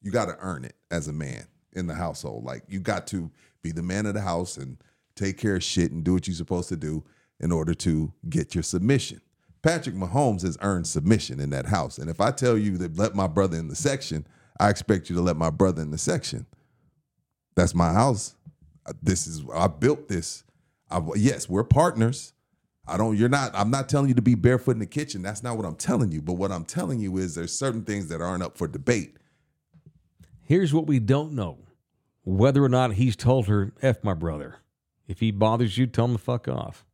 C: You got to earn it as a man in the household. Like you got to be the man of the house and take care of shit and do what you're supposed to do in order to get your submission. Patrick Mahomes has earned submission in that house. And if I tell you that let my brother in the section, I expect you to let my brother in the section. That's my house. Uh, This is I built this. I, yes, we're partners. I don't. You're not. I'm not telling you to be barefoot in the kitchen. That's not what I'm telling you. But what I'm telling you is there's certain things that aren't up for debate.
B: Here's what we don't know whether or not he's told her, F my brother. If he bothers you, tell him to fuck
C: <laughs>
B: off.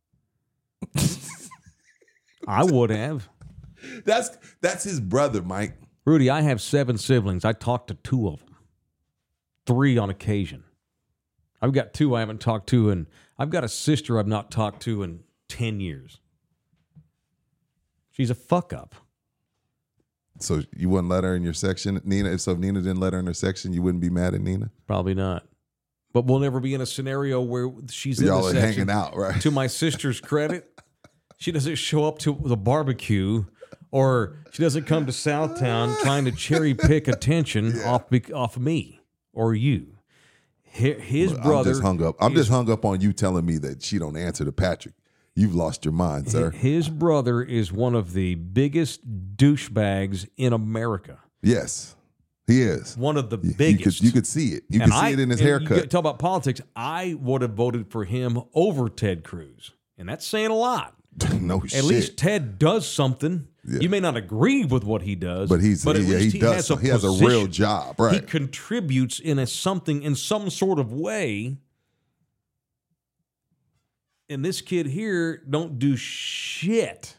B: I would have.
C: That's that's his brother, Mike.
B: Rudy, I have seven siblings. I talked to two of them, three on occasion. I've got two I haven't talked to, and I've got a sister I've not talked to in 10 years. She's a fuck up.
C: So you wouldn't let her in your section, Nina. If so, if Nina didn't let her in her section, you wouldn't be mad at Nina.
B: Probably not. But we'll never be in a scenario where she's in
C: Y'all
B: the
C: are
B: section.
C: hanging out, right?
B: To my sister's credit, she doesn't show up to the barbecue, or she doesn't come to Southtown trying to cherry pick attention off off off me or you. Hi- His
C: But
B: brother.
C: I'm just hung up. I'm
B: his-
C: just hung up on you telling me that she don't answer to Patrick. You've lost your mind,
B: <laughs>
C: sir.
B: His brother is one of the biggest douchebags in America.
C: yes, he is.
B: One of the
C: You-
B: biggest.
C: You could, you could see it. You could see it in
B: and
C: his
B: You
C: haircut.
B: talk about politics. I would have voted for him over Ted Cruz, and that's saying a lot.
C: <laughs> no shit.
B: At least Ted does something.
C: Yeah.
B: You may not agree with what he does,
C: but he's
B: at
C: yeah,
B: least
C: he, does. he has a real
B: position.
C: job,
B: He
C: right?
B: contributes in a something in some sort of way. And this kid here don't do shit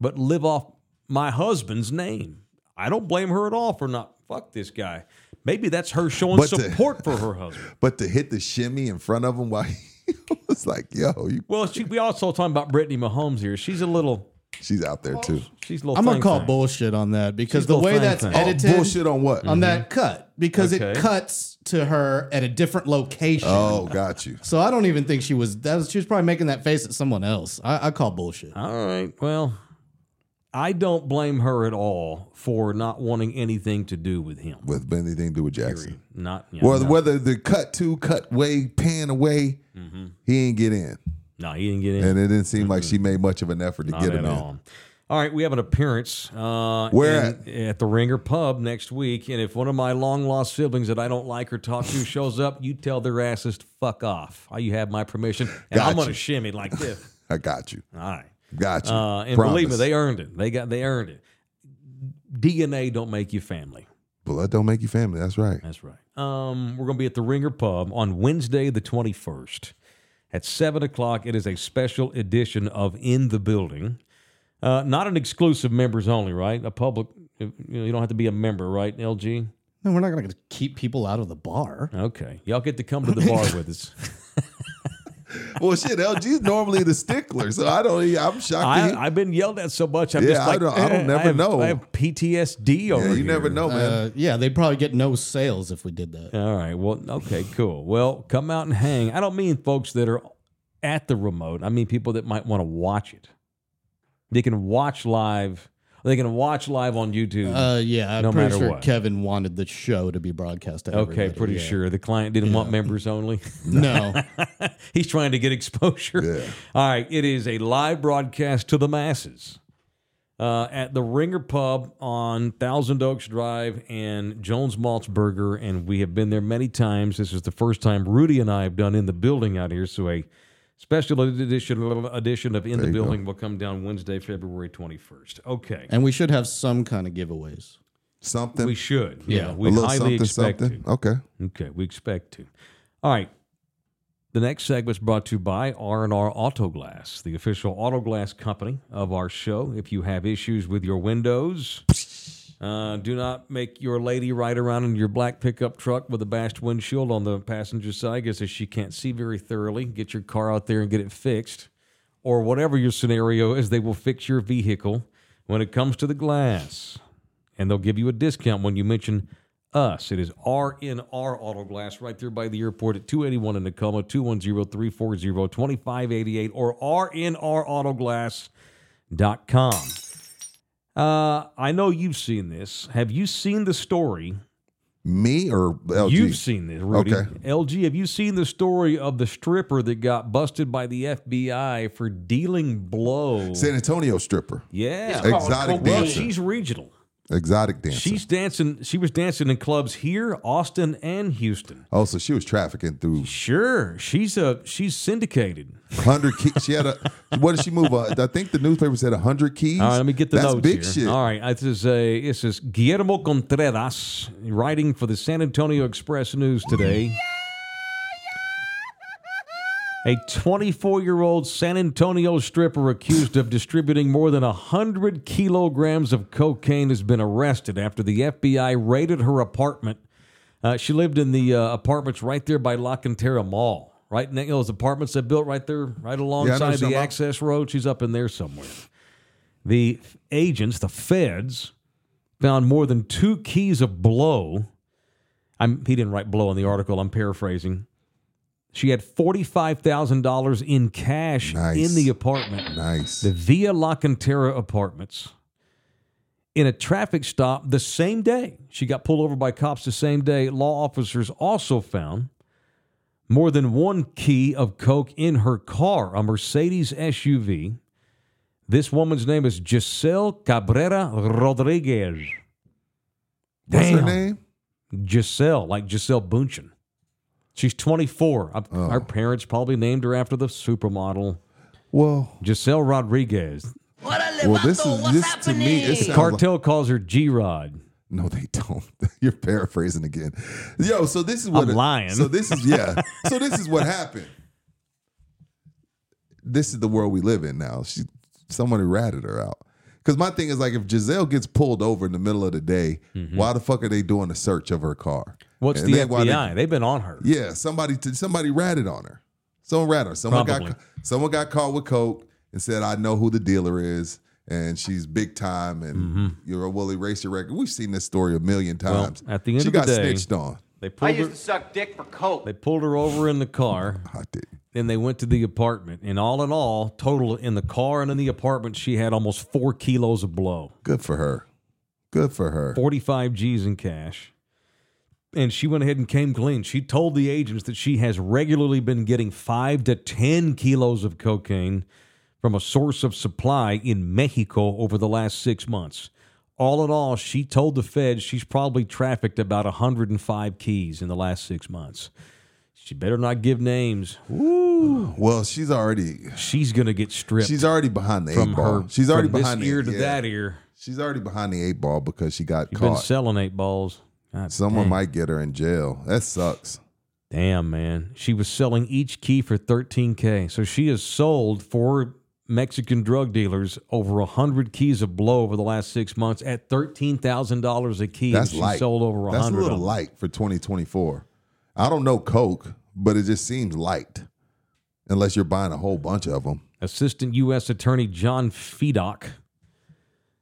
B: but live off my husband's name. I don't blame her at all for not fuck this guy. Maybe that's her showing
C: But to-
B: support for her husband.
C: but to hit the shimmy in front of him while he <laughs> was like, "Yo, you,
B: Well, she, we also talking about Brittany Mahomes here. She's a little,
C: she's out there too."
B: she's a little.
E: I'm gonna
B: thing
E: call
B: thing.
E: bullshit on that because
B: She's
E: the
B: little
E: way
B: thing
E: that's
B: thing. Oh,
C: Oh,
E: edited
C: bullshit on what?
E: on that cut because it
B: Mm-hmm. Okay.
E: cuts to her at a different location.
C: <laughs> oh, got you.
E: So I don't even think she was that was, she was probably making that face at someone else. I, I call bullshit.
B: All right. Well, I don't blame her at all for not wanting anything to do with him.
C: With anything to do with Jackson.
B: Not yeah,
C: Well,
B: no,
C: whether the cut to, cut way, pan away,
B: Mm-hmm.
C: he ain't get in,
B: no, he didn't get in.
C: and it didn't seem like she made much of an effort to
B: Not
C: get
B: at
C: him in.
B: all. All right, we have an appearance. Uh,
C: Where
B: in- at the Ringer Pub next week, and if one of my long lost siblings that I don't like or talk to shows up, you tell their asses to fuck off. Oh, You have my permission, and I'm
C: Gotcha.
B: gonna shimmy like this.
C: <laughs> I got you.
B: All right,
C: Got you.
B: uh, and believe me,
C: Promise.
B: they earned it. They got they earned it. DNA don't make you family.
C: blood don't make you family.
B: <laughs>
C: That's right.
B: That's right. Um, we're going to be at the Ringer Pub on Wednesday, the 21st at 7 o'clock. It is a special edition of In the Building. Uh, not an exclusive members only, right? A public, you know, you don't have to be a member, right, LG?
E: No, we're not gonna keep people out of the bar.
B: Okay. Y'all get to come to the
C: <laughs>
B: bar with us.
C: Well, shit, LG's normally the stickler, so I don't. I'm shocked.
B: I,
C: that he-
B: I've been yelled at so much. I'm
C: Yeah,
B: just
C: I
B: like,
C: don't- I don't
B: eh,
C: never
B: have-
C: know.
B: I have PTSD over
C: yeah, you
B: here.
C: never know, man.
E: Uh, yeah, they'd probably get no sales if we did that.
B: All right. Well, okay, cool. Well, come out and hang. I don't mean folks that are at the remote. I mean people that might want to watch it. They can watch live. They can watch live on YouTube.
E: Uh, yeah, I'm
B: No
E: pretty
B: matter
E: sure
B: what.
E: Kevin wanted the show to be broadcast. To
B: okay,
E: everybody,
B: pretty
E: yeah.
B: sure the client didn't want members
E: <laughs>
B: only.
E: No,
B: <laughs> He's trying to get exposure.
C: Yeah.
B: <laughs> All right. It is a live broadcast to the masses uh, at the Ringer Pub on Thousand Oaks Drive and Jones Maltzberger. And we have been there many times. This is the first time Rudy and I have done in the building out here. So a special edition edition of In the Building will come down Wednesday, February 21st. Okay.
E: and we should have some kind of giveaways.
C: something.
B: we should. Yeah.
E: Yeah.
B: we
C: a little
B: highly
C: something.
B: expect
C: something.
B: to.
C: Okay.
B: Okay, we expect to. All right. The next segment's brought to you by R&R Auto Glass, the official auto glass company of our show. If you have issues with your windows, uh, do not make your lady ride around in your black pickup truck with a bashed windshield on the passenger side because she can't see very thoroughly. Get your car out there and get it fixed. Or whatever your scenario is, they will fix your vehicle when it comes to the glass and they'll give you a discount when you mention us. It is RNR Auto Glass right there by the airport at 281 in Tacoma, 210-340-2588 or rnrautoglass.com. Uh, I know you've seen this. Have you seen the story?
C: Me or LG?
B: You've seen this, Rudy.
C: Oh, Okay.
B: LG, have you seen the story of the stripper that got busted by the FBI for dealing blows?
C: San Antonio stripper,
B: yeah.
D: It's called
C: exotic
D: cocaine.
B: Well,
C: dancer,
B: she's regional.
C: exotic dancer.
B: She's dancing. She was dancing in clubs here, Austin, and Houston.
C: oh, so she was trafficking through
B: Sure, she's a she's syndicated.
C: hundred keys. She had a.
B: <laughs>
C: What did she move? Uh, I think the newspaper said hundred keys.
B: All right, let me get the
C: That's
B: notes
C: big
B: here.
C: shit.
B: All right, this is a this is Guillermo Contreras writing for the San Antonio Express News today. A 24 year old San Antonio stripper accused of distributing more than 100 kilograms of cocaine has been arrested after the FBI raided her apartment. Uh, she lived in the uh, apartments right there by La Cantera Mall, right next those apartments they built right there, right alongside
C: something
B: the
C: about-
B: access road. She's up in there somewhere. The f- agents, the feds, found more than two keys of blow. I'm, he didn't write blow in the article. I'm paraphrasing. She had $45,000 in cash
C: Nice.
B: in the apartment
C: Nice.
B: the Via La Cantera apartments in a traffic stop the same day. She got pulled over by cops the same day. Law officers also found more than one key of coke in her car, a Mercedes SUV. This woman's name is Giselle Cabrera Rodriguez.
C: What's
B: Damn.
C: her name?
B: Giselle, like Giselle Bundchen. She's 24. Our- Our parents probably named her after the supermodel
C: Well,
B: Giselle Rodriguez.
C: well, this is this to me. It sounds like-
B: Cartel calls her G Rod.
C: No, they <laughs> don't. You're paraphrasing again. Yo, so this is what
B: I'm lying.
C: So
B: <laughs>
C: this is yeah. so this is what happened. This is the world we live in now. She someone who ratted her out. Because my thing is like if Giselle gets pulled over in the middle of the day, why the fuck are they doing a search of her car?
B: Mm-hmm. What's
C: And
B: the
C: then why they-
B: FBI? They, have been on her.
C: yeah, somebody t- somebody ratted on her. Someone ratted her. Someone got
B: Probably.
C: ca- someone got caught with coke and said, "I know who the dealer is, and she's big time, and
B: Mm-hmm.
C: you're a will erase your record." We've seen this story a million times.
B: at the end
C: she
B: of the
C: got
B: day-
C: snitched on.
B: They pulled her.
D: suck dick for coke.
B: They pulled her over in the car.
C: I did.
B: Then they went to the apartment, and all in all, total in the car and in the apartment, she had almost four kilos of blow,
C: Good for her. Good for her.
B: forty-five G's in cash. And she went ahead and came clean. She told the agents that she has regularly been getting five to ten kilos of cocaine from a source of supply in Mexico over the last six months. All in all, she told the feds she's probably trafficked about 105 keys in the last six months. She better not give names.
C: Well, she's already
B: She's going to get stripped.
C: she's already behind the
B: from
C: eight ball.
B: her.
C: she's already
B: from
C: behind
B: this ear
C: the,
B: to
C: yeah.
B: that ear.
C: She's already behind the eight ball because she got
B: You've been
C: caught.
B: selling eight balls. God
C: Someone
B: dang.
C: might get her in jail. That sucks.
B: Damn man, she was selling each key for thirteen k. So she has sold for Mexican drug dealers over hundred keys of blow over the last six months at thirteen thousand dollars a key.
C: That's
B: she
C: light.
B: sold over
C: That's a
B: hundred.
C: little light for 2024. I don't know Coke, but it just seems light, unless you're buying a whole bunch of them.
B: Assistant U.S. Attorney John Fedock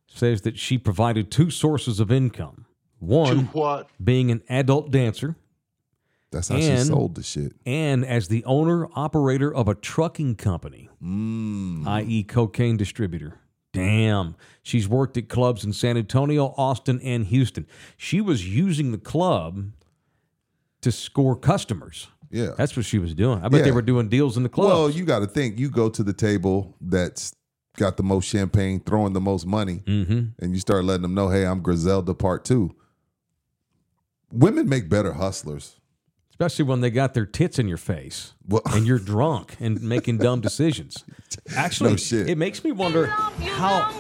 B: says that she provided two sources of income. One being an adult dancer,
C: That's how she
B: And-
C: sold the shit.
B: and as the owner operator of a trucking company,
C: Mm.
B: i.e., cocaine distributor. Damn. She's worked at clubs in San Antonio, Austin, and Houston. She was using the club to score customers.
C: Yeah.
B: That's what she was doing. I bet they
C: Yeah.
B: were doing deals in the club.
C: well, you got to think. You go to the table that's got the most champagne, throwing the most money,
B: Mm-hmm.
C: and you start letting them know, "Hey, I'm Griselda Part Two. Women make better hustlers.
B: Especially when they got their tits in your face
C: Well,
B: and you're drunk and making dumb decisions. Actually,
C: <laughs> No shit.
B: it makes me wonder how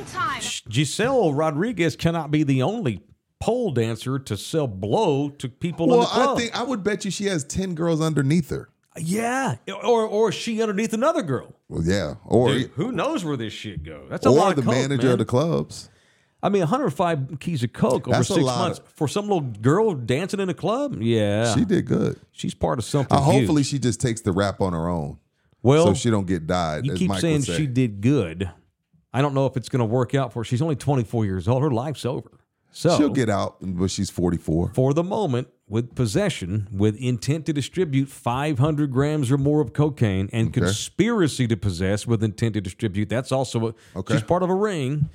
B: Giselle Rodriguez cannot be the only pole dancer to sell blow to people in
C: well,
B: the club.
C: I think I would bet you she has ten girls underneath her.
B: yeah, or or is she underneath another girl.
C: Well, yeah, or
B: Dude, who knows where this shit goes? That's a lot
C: or
B: of
C: the
B: coke,
C: manager
B: man.
C: of the clubs.
B: I mean, 105 keys of coke over
C: That's a
B: six
C: lot
B: months
C: of-
B: for some little girl dancing in a club. Yeah,
C: She did good.
B: she's part of something.
C: Uh, hopefully
B: huge.
C: she just takes the rap on her own,
B: well,
C: so she don't get died.
B: you
C: as
B: keep
C: Mike
B: saying
C: would say.
B: she did good. I don't know if it's going to work out for her. She's only 24 years old. Her life's over. So
C: she'll get out, but she's forty four.
B: for the moment with possession with intent to distribute 500 grams or more of cocaine and conspiracy to possess with intent to distribute that's also a,
C: Okay.
B: she's part of a ring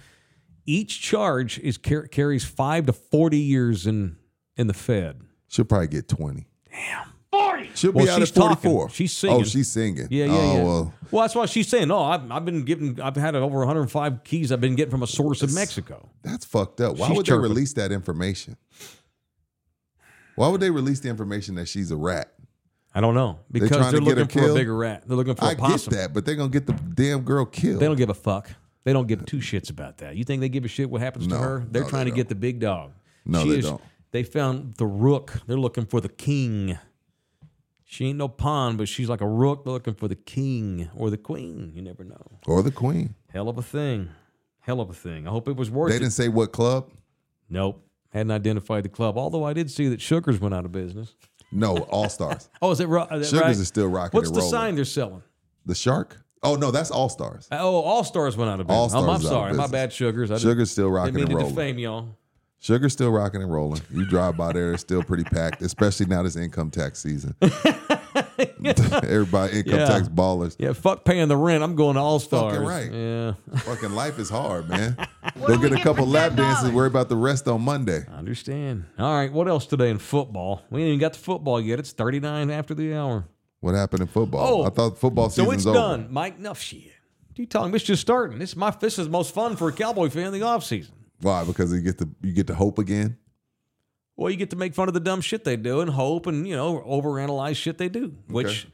B: each charge is car- carries 5 to 40 years in in the fed
C: She'll probably get twenty. Damn, forty. She'll be
B: Well,
C: out
B: she's
C: at forty four.
B: talking. She's
C: Oh,
B: singing.
C: she's singing.
B: yeah yeah
C: oh,
B: yeah
C: Well,
B: well that's why she's saying oh I've, I've been getting i've had over 105 keys i've been getting from a source in mexico
C: that's fucked up. Why
B: She's
C: would they
B: chirping.
C: release that information? Why would they release the information that she's a rat?
B: i don't know because
C: trying
B: they're,
C: to get her
B: looking for a
C: killed?
B: bigger rat they're looking for a
C: I get
B: possum
C: that, but they're gonna get the damn girl killed.
B: They don't give a fuck. They don't give two shits about that. You think they give a shit what happens
C: No,
B: to her? They're
C: no,
B: trying
C: they
B: to get the big dog.
C: No, they don't.
B: They found the rook. They're looking for the king. She ain't no pawn, but she's like a rook. They're looking for the king or the queen. You never know.
C: or the queen.
B: Hell of a thing. Hell of a thing. I hope it was worth
C: They
B: it.
C: didn't say what club.
B: Nope. Hadn't identified the club. Although I did see that Sugars went out of business.
C: No, All Stars.
B: Oh, is that, ro- is that
C: Sugars
B: right?
C: is still rocking
B: What's
C: and
B: the
C: rolling.
B: sign they're selling?
C: the shark. Oh no, that's All
B: <laughs>
C: Stars.
B: Oh, All Stars went out of
C: All
B: business. I'm, I'm
C: Stars is out of
B: sorry. My
C: business.
B: bad, Sugars. I didn't-
C: Sugar's still
B: didn't
C: rocking
B: mean
C: and
B: to
C: rolling.
B: defame y'all.
C: Sugar's still rocking and rolling. You drive by there, it's still pretty packed, especially now this income tax
B: <laughs>
C: season. Everybody income
B: Yeah.
C: tax ballers.
B: Yeah, fuck paying the rent. I'm going to All Stars.
C: Fucking right.
B: Yeah,
C: Fucking life is hard,
B: <laughs>
C: man. They'll get a couple lap dances, worry about the rest on Monday.
B: I understand. All right, what else today in football? We ain't even got to football yet. It's 39 after the hour.
C: What happened in football?
B: Oh,
C: I thought football
B: So
C: season's
B: it's
C: over.
B: done, Mike. No shit. What are you talking? It's just starting. This is my this is the most fun for a cowboy fan in the offseason.
C: Why? Because you get to you get to hope again.
B: Well, you get to make fun of the dumb shit they do and hope and you know overanalyze shit they do. Which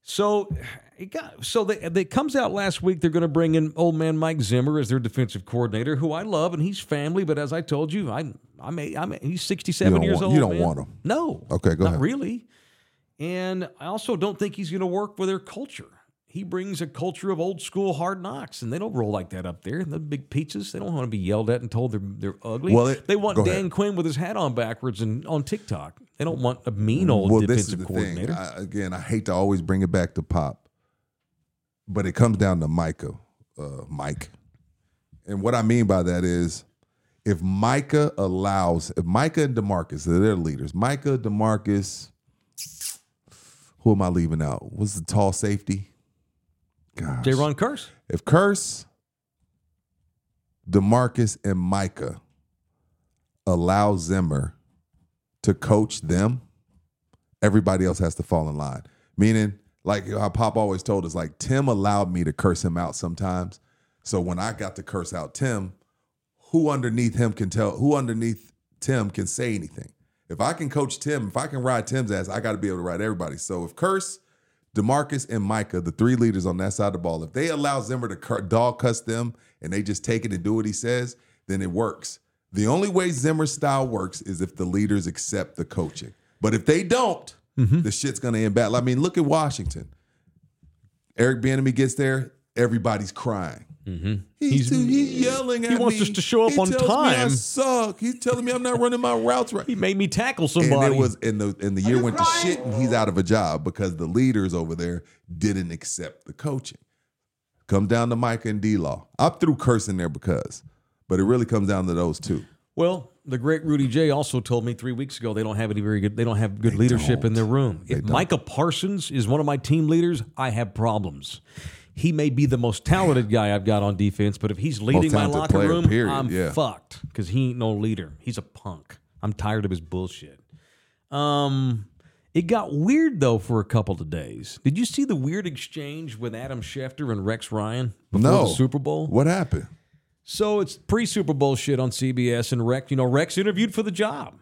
B: so it got so they they comes out last week. They're going to bring in old man Mike Zimmer as their defensive coordinator, who I love and he's family. But as I told you, I'm I'm a, I'm a, he's sixty
C: You
B: seven
C: don't
B: years
C: want-
B: old.
C: you don't
B: man.
C: want him.
B: No.
C: Okay, go
B: Not
C: ahead.
B: Really. And I also don't think he's going to work with their culture. He brings a culture of old school hard knocks, and they don't roll like that up there. The big pizzas, they don't want to be yelled at and told they're they're ugly.
C: Well, it-
B: they want
C: go
B: Dan
C: ahead.
B: Quinn with his hat on backwards and on TikTok. They don't want a mean old
C: well, this is
B: defensive
C: the thing.
B: coordinator.
C: I, again, I hate to always bring it back to Pop, but it comes down to Micah, uh, Mike. And what I mean by that is, if Micah allows, if Micah and Demarcus, they're their leaders. Micah, Demarcus, who am I leaving out? What's the tall safety? Gosh.
B: J. Ron Curse.
C: If Curse, Demarcus, and Micah allow Zimmer to coach them, everybody else has to fall in line. Meaning, like how Pop always told us, like Tim allowed me to curse him out sometimes. So when I got to curse out Tim, who underneath him can tell who underneath Tim can say anything. If I can coach Tim, if I can ride Tim's ass, I got to be able to ride everybody. So if Curse, Demarcus, and Micah, the three leaders on that side of the ball, if they allow Zimmer to cur- dog cuss them and they just take it and do what he says, then it works. The only way Zimmer's style works is if the leaders accept the coaching. But if they don't,
B: Mm-hmm.
C: the shit's gonna end bad. I mean, look at Washington. Eric Bieniemy gets there, everybody's crying.
B: Mm-hmm.
C: He's, he's, yelling at me.
B: wants us to show up
C: He
B: on
C: tells me I
B: time.
C: suck. He's telling me I'm not running my
B: <laughs>
C: routes right.
B: He made me tackle
C: And
B: somebody.
C: it was and the and the year went to shit and he's out of a job because the leaders over there didn't accept the coaching. Comes down to Micah and D Law. I threw cursing there because, but it really comes down to those two.
B: well, the great Rudy J also told me three weeks ago they don't have any very good. They don't have good leadership in their room. If Micah Parsons is one of my team leaders, I have problems. He may be the most talented guy I've got on defense, but if he's leading my
C: talented
B: locker
C: player,
B: room,
C: period,
B: I'm
C: yeah.
B: fucked because he ain't no leader. He's a punk. I'm tired of his bullshit. Um, it got weird though for a couple of days. Did you see the weird exchange with Adam Schefter and Rex Ryan before
C: No
B: the Super Bowl?
C: What happened?
B: So it's pre Super Bowl shit on CBS, and Rex, you know, Rex interviewed for the job,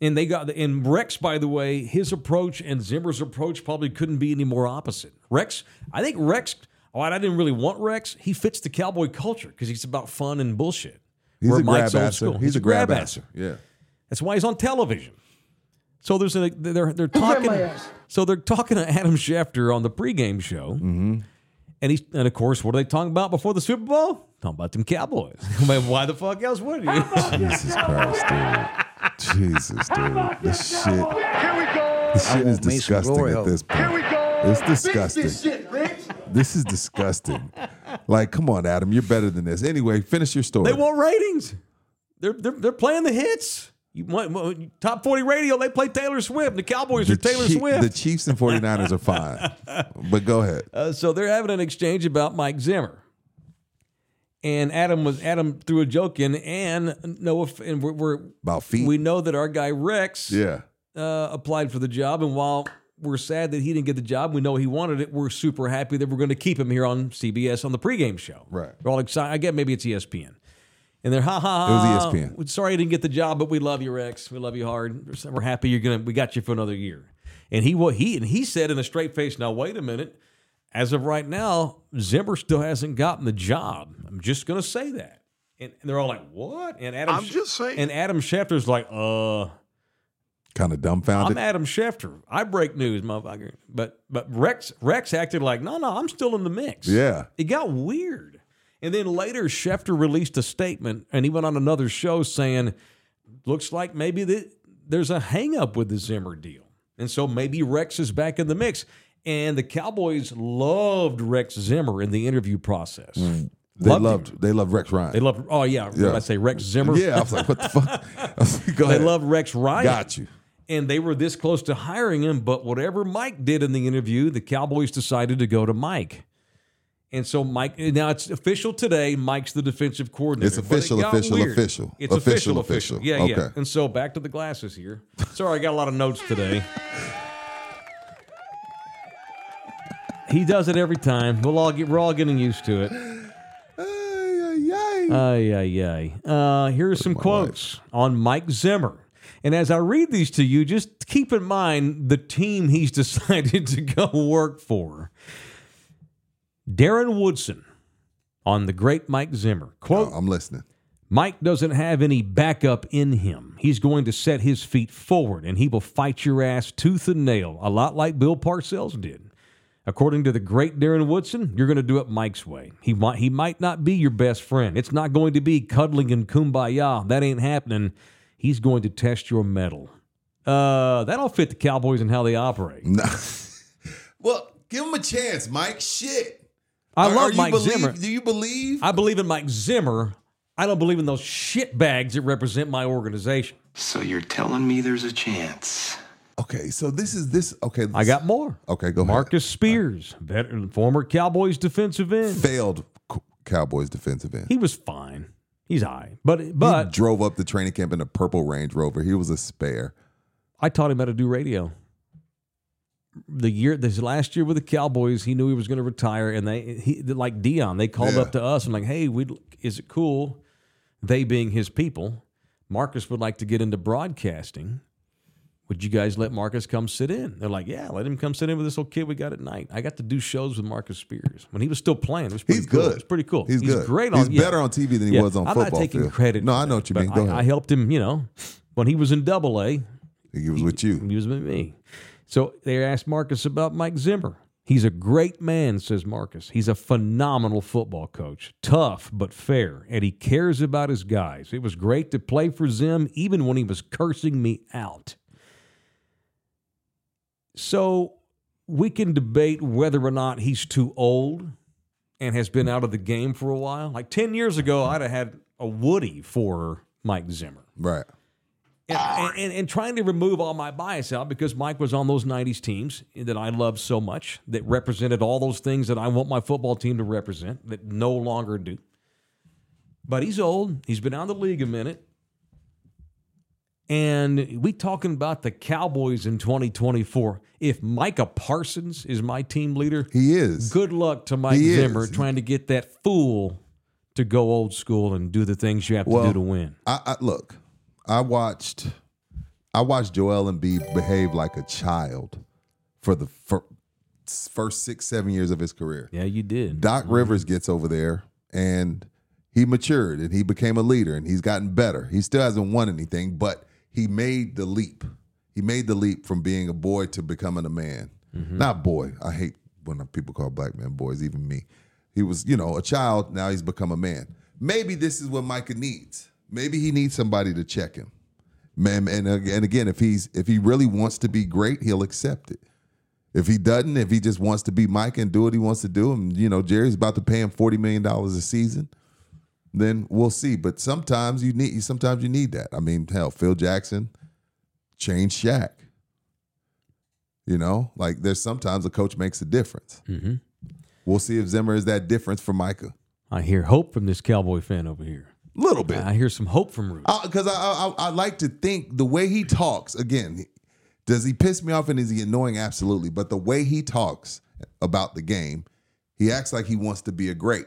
B: and they got and Rex, by the way, his approach and Zimmer's approach probably couldn't be any more opposite. Rex, I think Rex. Oh, I didn't really want Rex. He fits the cowboy culture because he's about fun and bullshit.
C: He's
B: Where
C: a grab
B: Mike's old
C: asser.
B: school.
C: He's, a grab asser.
B: asser.
C: Yeah.
B: That's why he's on television. So there's a they're they're talking. So they're talking to Adam Schefter on the pregame show,
C: Mm-hmm.
B: and he's and of course, what are they talking about before the Super Bowl? Talking about them Cowboys. <laughs> I mean, why the fuck else would you?
C: <laughs> Jesus Christ, dude. Jesus, dude. This shit. This shit is
F: want me some
C: disgusting
F: glory
C: at
F: hole.
C: this point. It's disgusting. This, is disgusting. Like, come on, Adam, you're better than this. Anyway, finish your story.
B: they want ratings. They're they're, they're playing the hits. You want, want- top forty radio? They play Taylor Swift. The Cowboys
C: the
B: are Taylor
C: Chi-
B: Swift.
C: The Chiefs and 49ers are <laughs> fine. but go ahead.
B: Uh, so they're having an exchange about Mike Zimmer. And Adam was Adam threw a joke in, and Noah f- and we're, we're
C: About feet.
B: we know that our guy Rex
C: yeah.
B: uh, applied for the job, and while we're sad that he didn't get the job, we know he wanted it. We're super happy that we're going to keep him here on CBS on the pregame show.
C: Right.
B: We're all excited. I get maybe it's E ESPN. And they're ha ha
C: It was E
B: ha.
C: ESPN.
B: "We're Sorry you didn't get the job, but we love you, Rex. We love you hard. We're so- We're happy you're gonna. We got you for another year. And he wa- he and he said in a straight face. Now wait a minute. As of right now, Zimmer still hasn't gotten the job. I'm just gonna say that. And, and they're all like, "What?" And Adam,
G: I'm just saying.
B: And Adam Schefter's like, "Uh,
C: Kind of
B: I'm
C: dumbfounded.
B: Adam Schefter. I break news, motherfucker. But but Rex Rex acted like, no, no, I'm still in the mix.
C: Yeah.
B: It got weird. And then later Schefter released a statement and he went on another show saying, looks like maybe that there's a hang up with the Zimmer deal. And so maybe Rex is back in the mix. And the Cowboys loved Rex Zimmer in the interview process.
C: they
B: loved
C: loved they loved Rex Ryan.
B: They loved oh yeah, what did I say Rex Zimmer.
C: yeah, I was like, what the fuck? I was like, go
B: They
C: ahead.
B: loved Rex Ryan.
C: Got you.
B: and they were this close to hiring him, but whatever Mike did in the interview, the Cowboys decided to go to Mike. And so Mike, now it's official today. Mike's the defensive coordinator.
C: It's
B: But it
C: official,
B: got
C: official,
B: weird.
C: official.
B: It's
C: Official,
B: official, official. Yeah,
C: official.
B: yeah.
C: Okay.
B: And so back to the glasses here. Sorry, I got a lot of notes today. He does it every time. We'll all get, we're all getting used to it.
C: Ay, ay, ay.
B: Ay, ay, ay. Uh, here are some quotes on Mike Zimmer. And as I read these to you, just keep in mind the team he's <laughs> decided to go work for. Darren Woodson on the great Mike Zimmer. Quote
C: Oh, I'm listening.
B: Mike doesn't have any backup in him. He's going to set his feet forward and he will fight your ass tooth and nail, a lot like Bill Parcells did. According to the great Darren Woodson, you're going to do it Mike's way. He might he might not be your best friend. It's not going to be cuddling and kumbaya. That ain't happening. He's going to test your metal. Uh, that all fit the Cowboys and how they operate.
C: No. well, give him a chance, Mike. Shit.
B: I
C: Are- are
B: love
C: you
B: Mike
C: believe-
B: Zimmer.
C: Do you believe?
B: I believe in Mike Zimmer. I don't believe in those shit bags that represent my organization.
D: So you're telling me there's a chance?
C: okay, so this is this. Okay,
B: I got more.
C: Okay, go ahead.
B: Marcus Spears, veteran, former Cowboys defensive end.
C: failed C- Cowboys defensive end.
B: He was fine. He's high, but
C: he
B: but
C: drove up the training camp in a purple Range Rover. He was a spare.
B: I taught him how to do radio. The year this last year with the Cowboys, he knew he was going to retire, and they he like Dion. They called
C: Yeah.
B: up to us and like, hey, we is it cool? They being his people, Marcus would like to get into broadcasting. Would you guys let Marcus come sit in? They're like, yeah, let him come sit in with this little kid we got at night. I got to do shows with Marcus Spears when he was still playing. It was pretty
C: He's
B: cool.
C: good.
B: It's pretty cool.
C: He's, good.
B: great on.
C: He's
B: yeah.
C: better on TV than he
B: Yeah.
C: was on
B: I'm
C: football.
B: not taking
C: field.
B: credit.
C: No,
B: for
C: I
B: that,
C: know what you
B: but
C: mean. Go
B: I,
C: ahead.
B: I helped him, you know, when he was in Double A.
C: he was with you.
B: He was with me. So they asked Marcus about Mike Zimmer. He's a great man, says Marcus. He's a phenomenal football coach, tough but fair, and he cares about his guys. It was great to play for Zim, even when he was cursing me out. So we can debate whether or not he's too old and has been out of the game for a while. Like 10 years ago, I'd have had a Woody for Mike Zimmer
C: Right.
B: and, and, and trying to remove all my bias out because Mike was on those 90s teams that I loved so much that represented all those things that I want my football team to represent that no longer do. But he's old. He's been out of the league a minute. And we talking about the Cowboys in 2024. If Micah Parsons is my team leader,
C: He is.
B: good luck to Mike
C: He is.
B: Zimmer trying to get that fool to go old school and do the things you have to
C: Well,
B: do to win.
C: I, I look. I watched. I watched Joel Embiid behave like a child for the fir- first six, seven years of his career.
B: Yeah, you did.
C: Doc Rivers gets over there and he matured and he became a leader and he's gotten better. He still hasn't won anything, but he made the leap. He made the leap from being a boy to becoming a man. Not boy. I hate when people call black men boys, even me. He was, you know, a child. Now he's become a man. Maybe this is what Micah needs. Maybe he needs somebody to check him. Man, and and again, if he's if he really wants to be great, he'll accept it. If he doesn't, if he just wants to be Mike and do what he wants to do, and you know Jerry's about to pay him forty million dollars a season, then we'll see. But sometimes you need, sometimes you need that. I mean, hell, Phil Jackson changed Shaq. You know, like there's sometimes a coach makes a difference. We'll see if Zimmer is that difference for Micah.
B: I hear hope from this cowboy fan over here.
C: Little bit.
B: I hear some hope from Rudy.
C: because Uh, I, I I I like to think the way he talks. Again, does he piss me off and is he annoying? Absolutely. But the way he talks about the game, he acts like he wants to be a great.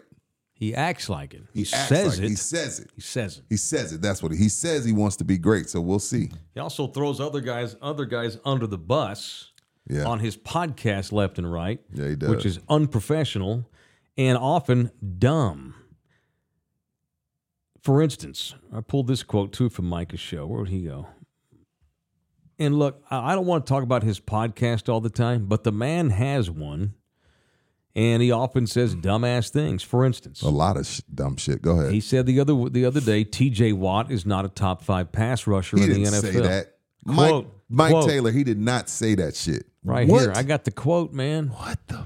B: He acts like it. He,
C: acts
B: says
C: like
B: it.
C: He says it.
B: he says it.
C: He says it. That's what he, he says. He wants to be great. So we'll see.
B: He also throws other guys, other guys under the bus
C: Yeah.
B: on his podcast left and right.
C: Yeah, he does.
B: Which is unprofessional and often dumb. For instance, I pulled this quote too from Micah's show. Where would he go? And look, I I don't want to talk about his podcast all the time, but the man has one, and he often says dumbass things. For instance,
C: a lot of sh- dumb shit. Go ahead.
B: He said the other the other day, T.J. Watt is not a top five pass rusher
C: He
B: in
C: didn't
B: the NFL.
C: say that. Mike,
B: Quote,
C: Mike
B: quote.
C: Taylor, he did not say that shit.
B: Right
C: What?
B: here, I got the quote, man.
C: what the? Fuck?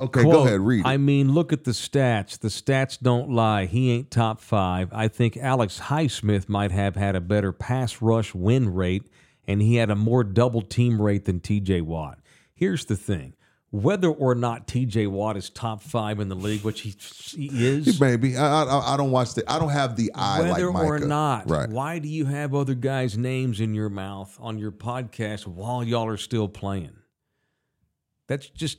C: Okay, go
B: Quote,
C: ahead. Read. it.
B: I mean, look at the stats. The stats don't lie. He ain't top five. I think Alex Highsmith might have had a better pass rush win rate, and he had a more double team rate than T.J. Watt. Here's the thing: whether or not T.J. Watt is top five in the league, which he, he is,
C: Maybe I, I I don't watch the I don't have the eye
B: whether
C: like Micah.
B: or not
C: right?
B: why do you have other guys names in your mouth on your podcast while y'all are still playing that's just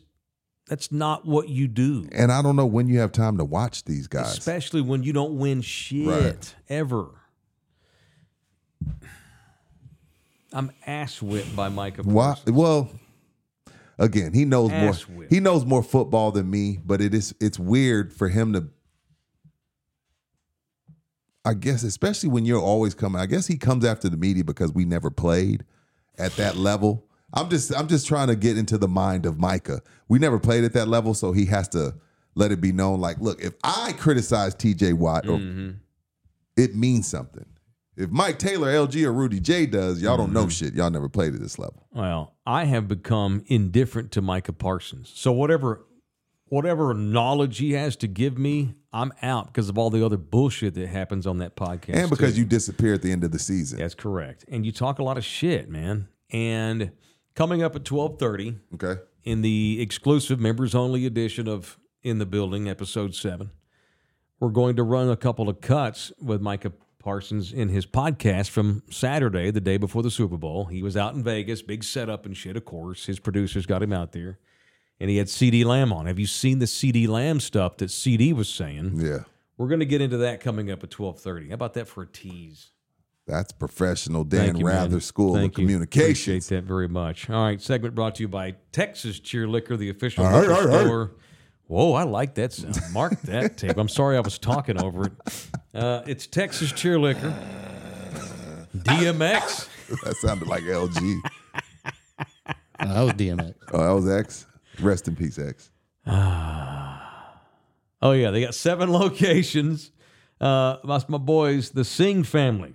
B: That's not what you do,
C: And I don't know when you have time to watch these guys.
B: especially when you don't win shit
C: Right.
B: ever. I'm ass whipped by Micah.
C: Why?
B: Parsons.
C: Well, again, he knows
B: Ass
C: more.
B: whip.
C: He knows more football than me, but it is it's weird for him to. I guess, especially when you're always coming. I guess he comes after the media because we never played at that level. I'm just I'm just trying to get into the mind of Micah. We never played at that level, so he has to let it be known. Like, look, if I criticize T.J. Watt, or it means something. If Mike Taylor, LG, or Rudy J does, y'all don't know shit. Y'all never played at this level.
B: Well, I have become indifferent to Micah Parsons. So whatever whatever knowledge he has to give me, I'm out because of all the other bullshit that happens on that podcast.
C: and because
B: too.
C: you disappear at the end of the season.
B: That's correct. And you talk a lot of shit, man. And coming up at 12:30
C: Okay.
B: in the exclusive members only edition of In the Building episode 7, we're going to run a couple of cuts with Micah Parsons in his podcast from Saturday, the day before the Super Bowl. He was out in Vegas, big setup and shit, of course. His producers got him out there. And he had CD Lamb on. Have you seen the CD Lamb stuff that CD was saying?
C: Yeah.
B: We're going to get into that coming up at 12:30. How about that for a tease?
C: That's professional Dan
B: Thank you,
C: Rather
B: man.
C: School
B: Thank
C: of
B: you.
C: Communications.
B: Appreciate that very much. All right, segment brought to you by Texas Cheer Liquor, the official
C: All right,
B: liquor
C: all right, all right.
B: store. Whoa, I like that sound. Mark
C: <laughs>
B: that tape. I'm sorry I was talking over it. Uh, it's Texas Cheer Liquor, DMX.
C: <laughs> That sounded like LG.
E: No, Uh, that
B: <laughs>
E: was DMX.
C: Oh, that was X. Rest in peace, X.
B: Oh yeah, they got seven <laughs> locations. Uh, that's my boys, the Singh family.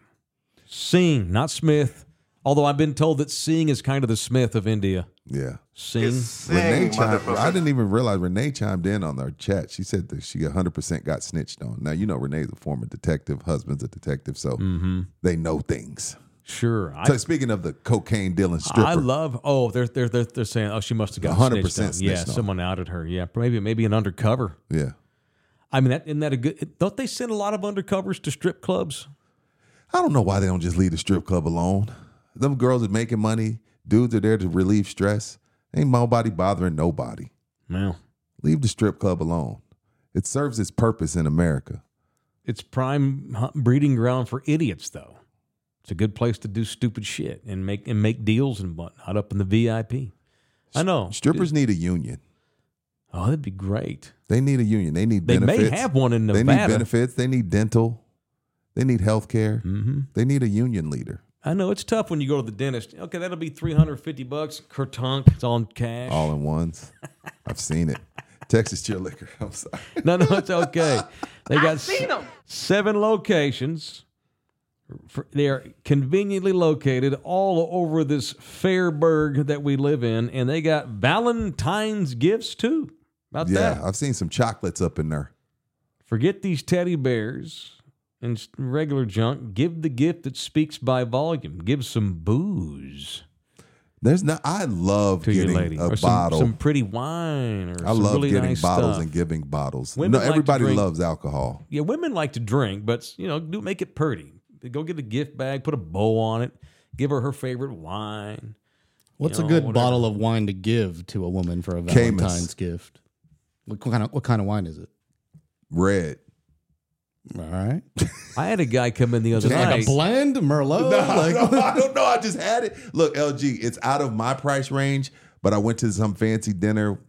B: Singh, not Smith. Although I've been told that Singh is kind of the Smith of India.
C: Yeah.
B: Singh.
C: Renee chimed, I didn't even realize Renee chimed in on our chat. She said that she 100% got snitched on. Now, you know, Renee's a former detective, husband's a detective, so they know things.
B: Sure, Mm-hmm. I
C: So, speaking of the cocaine dealing stripper,
B: I love. Oh, they're they're they're, they're saying. Oh, she must have got 100
C: 100%
B: percent. Yeah,
C: snitched on.
B: someone outed her. Yeah, maybe maybe an undercover.
C: yeah.
B: I mean, that, isn't that a good? Don't they send a lot of undercovers to strip clubs?
C: I don't know why they don't just leave the strip club alone. Them girls are making money. Dudes are there to relieve stress. Ain't nobody bothering nobody.
B: No,
C: Leave the strip club alone. It serves its purpose in America.
B: it's prime hu- breeding ground for idiots, though. It's a good place to do stupid shit and make and make deals and whatnot up in the VIP. I know
C: Strippers need a union.
B: Oh, that'd be great.
C: They need a union. They need
B: They may
C: benefits.
B: have one in
C: They need
B: Nevada.
C: benefits. They need dental. They need health care.
B: Mm-hmm.
C: They need a union leader.
B: I know it's tough when you go to the dentist. Okay, that'll be three hundred fifty bucks. Kertunk, it's on cash.
C: All
B: <laughs>
C: in ones. I've seen it. Texas Cheerlicker. <laughs> I'm sorry.
B: <laughs> No, no, it's okay. They got se- seven locations. For- They are conveniently located all over this Fairburg that we live in, and they got Valentine's gifts too. About
C: Yeah,
B: that.
C: I've seen some chocolates up in there.
B: Forget these teddy bears and s- regular junk. Give the gift that speaks by volume. Give some booze
C: There's not. I love
B: to
C: getting
B: your lady,
C: a
B: or some,
C: bottle.
B: some pretty wine, or
C: I
B: some
C: love
B: really
C: getting
B: nice
C: bottles
B: stuff.
C: and giving bottles.
B: Women
C: no,
B: like to
C: everybody
B: drink-
C: loves alcohol.
B: yeah, women like to drink, but you know, do make it pretty. Go get a gift bag, put a bow on it, give her her favorite wine.
E: What's
B: know,
E: a good
B: whatever.
E: bottle of wine to give to a woman for a
C: Camus.
E: Valentine's gift? What kind of what kind of wine is it?
C: Red.
E: All right,
B: I had a guy come in the other
E: just like
B: night.
E: a
B: <laughs>
C: <laughs>
E: blend Merlot. like,
C: No, I don't know. I just had it. Look, LG, it's out of my price range, but I went to some fancy dinner,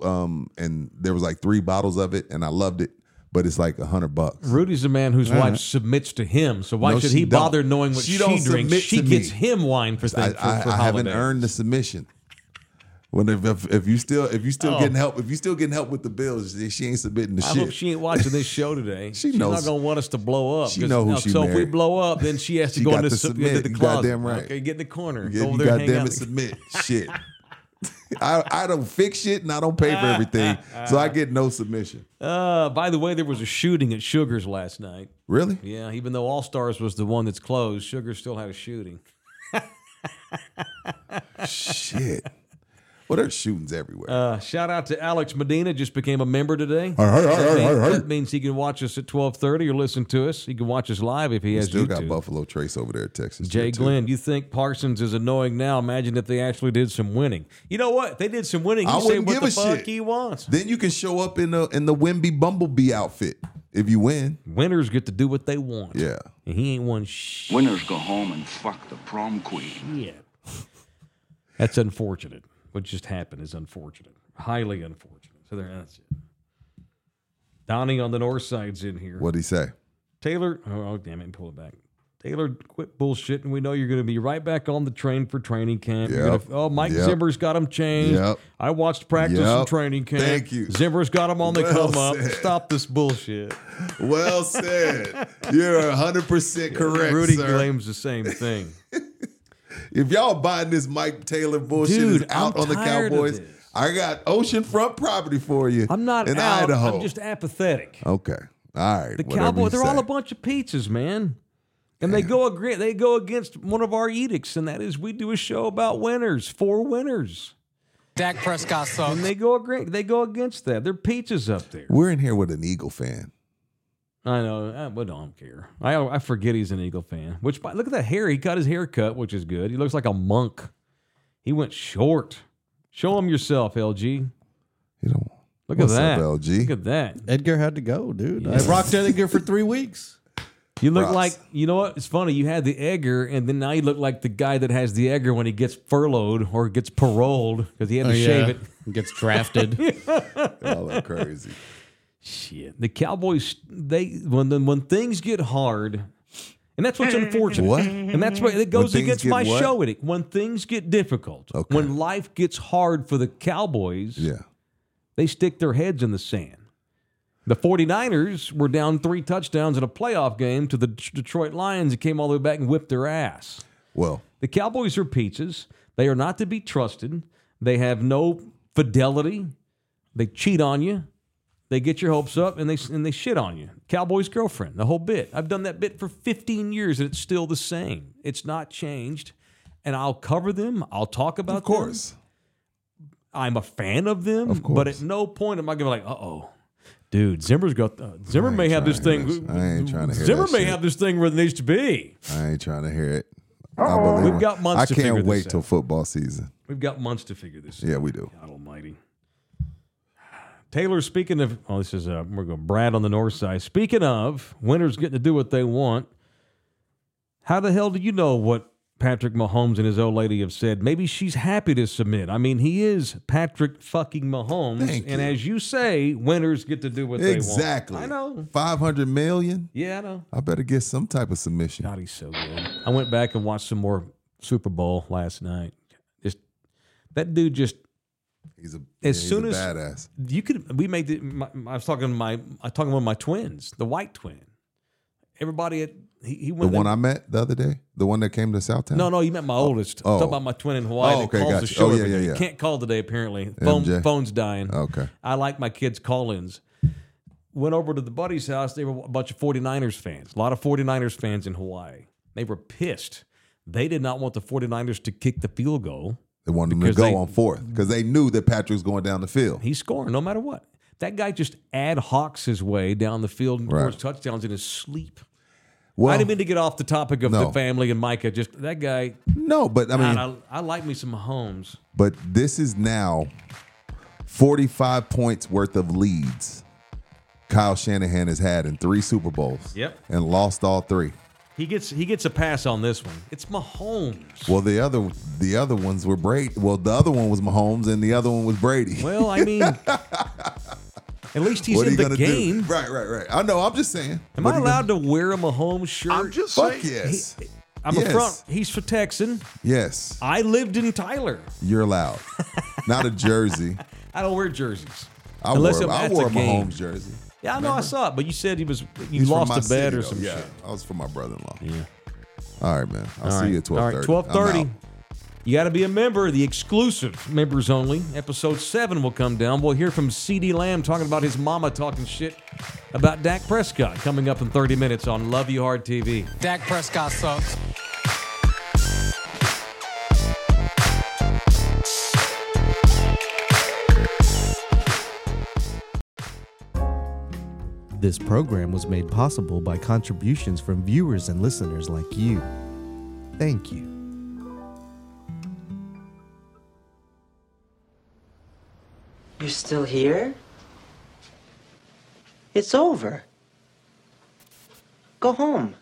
C: um, and there was like three bottles of it, and I loved it. But it's like a hundred bucks.
B: Rudy's a man whose wife submits to him, so why
C: No,
B: should
C: she
B: he bother
C: don't.
B: knowing what
C: She
B: she,
C: don't
B: drinks?
C: submit
B: She
C: to me.
B: gets him wine for
C: I,
B: things for,
C: I,
B: for
C: I haven't
B: holidays.
C: earned the submission. When if, if, if you still if you still getting help if you still getting help with the bills, she ain't submitting the
B: Oh. I hope
C: shit.
B: she ain't watching this show today.
C: <laughs> She
B: She's
C: knows-
B: not gonna want us to blow up.
C: She
B: 'cause-
C: know who
B: now,
C: she
B: so if we
C: married.
B: blow up, then she has to
C: She
B: go
C: got
B: into
C: to
B: sub-
C: submit.
B: into the
C: You
B: closet.
C: goddamn right.
B: Okay, get in the corner.
C: Yeah,
B: go over
C: you
B: there, and hang
C: goddamn
B: out. <laughs>
C: it, submit shit. I, I don't fix shit and I don't pay
B: Ah,
C: for everything, so I get no submission.
B: Uh, by the way, there was a shooting at Sugar's last night.
C: Really?
B: Yeah, even though All Stars was the one that's closed, Sugar still had a shooting.
C: Shit. Well, there's shootings everywhere.
B: Uh, shout out to Alex Medina, just became a member today. That means- That means he can watch us at twelve thirty or listen to us. He can watch us live if he has
C: Still
B: YouTube.
C: got Buffalo Trace over there, at Texas.
B: Jay
C: too.
B: Glenn, you think Parsons is annoying now? Imagine if they actually did some winning. You know what? If they did some winning.
C: I
B: He say
C: wouldn't
B: what
C: give
B: the
C: a
B: fuck
C: shit.
B: he wants.
C: Then you can show up in the in the Wimby Bumblebee outfit if you win.
B: Winners get to do what they want.
C: Yeah.
B: and he ain't won shit.
D: Winners go home and fuck the prom queen.
B: That's unfortunate. What just happened is unfortunate, highly unfortunate. So there, that's it. Donnie on the north side's in here.
C: What'd he say?
B: Taylor, oh, oh, damn it, pull it back. Taylor, quit bullshitting. We know you're going to be right back on the train for training camp. You're
C: Yep.
B: gonna- oh, Mike
C: Yep.
B: Zimmer's got him changed.
C: Yep.
B: I watched practice and
C: Yep.
B: training camp.
C: Thank you.
B: Zimmer's got him on the
C: Well
B: come up.
C: said.
B: Stop this bullshit. <laughs>
C: Well said. You're 100 percent correct,
B: Rudy
C: sir.
B: claims the same thing.
C: <laughs> If y'all buying this Mike Taylor bullshit
B: Dude,
C: is out
B: I'm
C: on the
B: tired of
C: Cowboys,
B: this.
C: I got oceanfront property for you.
B: I'm not
C: in
B: out.
C: Idaho.
B: I'm just apathetic.
C: okay. All right.
B: The
C: whatever you
B: Cowboys, they're
C: say.
B: all a bunch of pizzas, man. And they go agree, they go against one of our edicts, and that is we do a show about winners, for winners.
F: Dak Prescott sucks.
B: And they go agree, they go against that. They're pizzas up there.
C: We're in here with an Eagle fan.
B: I know. I, well, I don't care. I I forget he's an Eagle fan. Which by, look at that hair. He got his hair cut, which is good. He looks like a monk. He went short. Show him yourself, LG.
C: You don't.
B: Look
C: What's
B: at
C: up,
B: that.
C: LG?
B: Look at that.
E: Edgar had to go, dude. I rocked Edgar for three weeks.
B: You look
C: Ross.
B: like you know what? It's funny. You had the Edgar, and then now you look like the guy that has the Edgar when he gets furloughed or gets paroled because he had to
E: Oh,
B: shave it.
E: Gets drafted.
B: <laughs>
C: Y'all are crazy.
B: Shit. The Cowboys. They when the, when things get hard. And that's what's unfortunate.
C: What?
B: And that's what it goes
C: things
B: against
C: get
B: my
C: what?
B: show edict. When things get difficult,
C: Okay.
B: when life gets hard for the Cowboys,
C: Yeah.
B: they stick their heads in the sand. The 49ers were down three touchdowns in a playoff game to the D- Detroit Lions and came all the way back and whipped their ass.
C: Well,
B: The Cowboys are pizzas. They are not to be trusted. They have no fidelity. They cheat on you. They get your hopes up and they and they shit on you. Cowboys girlfriend, the whole bit. I've done that bit for 15 years and it's still the same. It's not changed. And I'll cover them. I'll talk about
C: of course.
B: them. I'm a fan of them.
C: Of
B: But
C: course.
B: at no point am I gonna be like, uh oh. Dude, Zimmer's got uh, Zimmer may have this
C: trying to
B: thing.
C: hear this. I ain't trying to hear
B: Zimmer
C: that
B: may
C: shit.
B: have this thing where it needs to be.
C: I ain't trying to hear it. I believe
B: We've
C: it.
B: got months
C: I
B: to
C: can't
B: figure this
C: wait till
B: out.
C: football season.
B: We've got months to figure this out.
C: Yeah, we do.
B: God Almighty. Taylor, speaking of, oh, this is uh, we're going Brad on the north side. Speaking of winners getting to do what they want, how the hell do you know what Patrick Mahomes and his old lady have said? Maybe she's happy to submit. I mean, he is Patrick fucking Mahomes,
C: Thank
B: and
C: you.
B: as you say, winners get to do what
C: Exactly.
B: they want. I know.
C: Five hundred million.
B: Yeah, I know.
C: I better get some type of submission.
B: God, he's so good. I went back and watched some more Super Bowl last night. Just that dude just
C: He's a
B: As
C: yeah, he's
B: soon
C: a
B: as-
C: badass.
B: you could we made the, my, I was talking to my I was talking with my twins, the white twin. Everybody at he, he
C: The
B: went
C: one I met the other day, the one that came to Southtown.
B: no, no, you meant my oldest.
C: oh.
B: I'm talking about my twin in Hawaii.
C: Oh,
B: that
C: okay,
B: calls the
C: gotcha.
B: show
C: Oh, yeah,
B: every
C: yeah,
B: day.
C: yeah.
B: Can't call today apparently. Phone,
C: MJ.
B: Phone's dying.
C: Okay.
B: I like my kids' call ins. Went over to the buddy's house. They were a bunch of 49ers fans, a lot of 49ers fans in Hawaii. They were pissed. They did not want the 49ers to kick the field goal.
C: They wanted him to
B: Because
C: go
B: they-
C: on fourth because they knew that Patrick's going down the field.
B: He's scoring no matter what. That guy just ad hocs his way down the field and
C: Right.
B: scores touchdowns in his sleep. I
C: Well,
B: didn't mean to get off the topic of the
C: no.
B: family and Micah. Just that guy.
C: no, but I mean,
B: God, I, I like me some Mahomes.
C: but this is now 45 points worth of leads Kyle Shanahan has had in three Super Bowls.
B: Yep.
C: And lost all three.
B: He gets he gets a pass on this one. It's Mahomes.
C: Well, the other the other ones were Brady. Well, the other one was Mahomes and the other one was Brady.
B: Well, I mean, at least he's
C: <laughs> what are
B: in
C: you
B: the
C: gonna
B: game.
C: do? Right, right, right. I know. I'm just saying.
B: Am
C: What
B: I
C: are you gonna-
B: allowed to wear a Mahomes shirt? I'm just
C: Fuck yes.
B: I'm
C: yes.
B: a front. He's for Texan.
C: yes,
B: I lived in Tyler. <laughs>
C: you're allowed. Not a jersey.
B: I don't wear jerseys.
C: I
B: Unless
C: wore,
B: it-
C: I
B: that's
C: wore
B: a
C: a
B: game.
C: Mahomes jersey.
B: Yeah, I know I saw it, but you said he was you
C: He's from
B: lost
C: my
B: a bet
C: city,
B: or
C: though.
B: some
C: yeah,
B: shit.
C: I was for my brother-in-law.
B: Yeah.
C: All right, man. I'll
B: All
C: see
B: right.
C: you at
B: All
C: twelve
B: right,
C: thirty.
B: 12:30. You got to be a member. The exclusive members only. Episode 7 will come down. We'll hear from CD Lamb talking about his mama talking shit about Dak Prescott coming up in 30 minutes on Love You Hard TV.
F: Dak Prescott sucks.
E: This program was made possible by contributions from viewers and listeners like you. Thank you.
H: You're still here? It's over. Go home.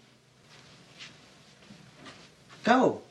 H: Go.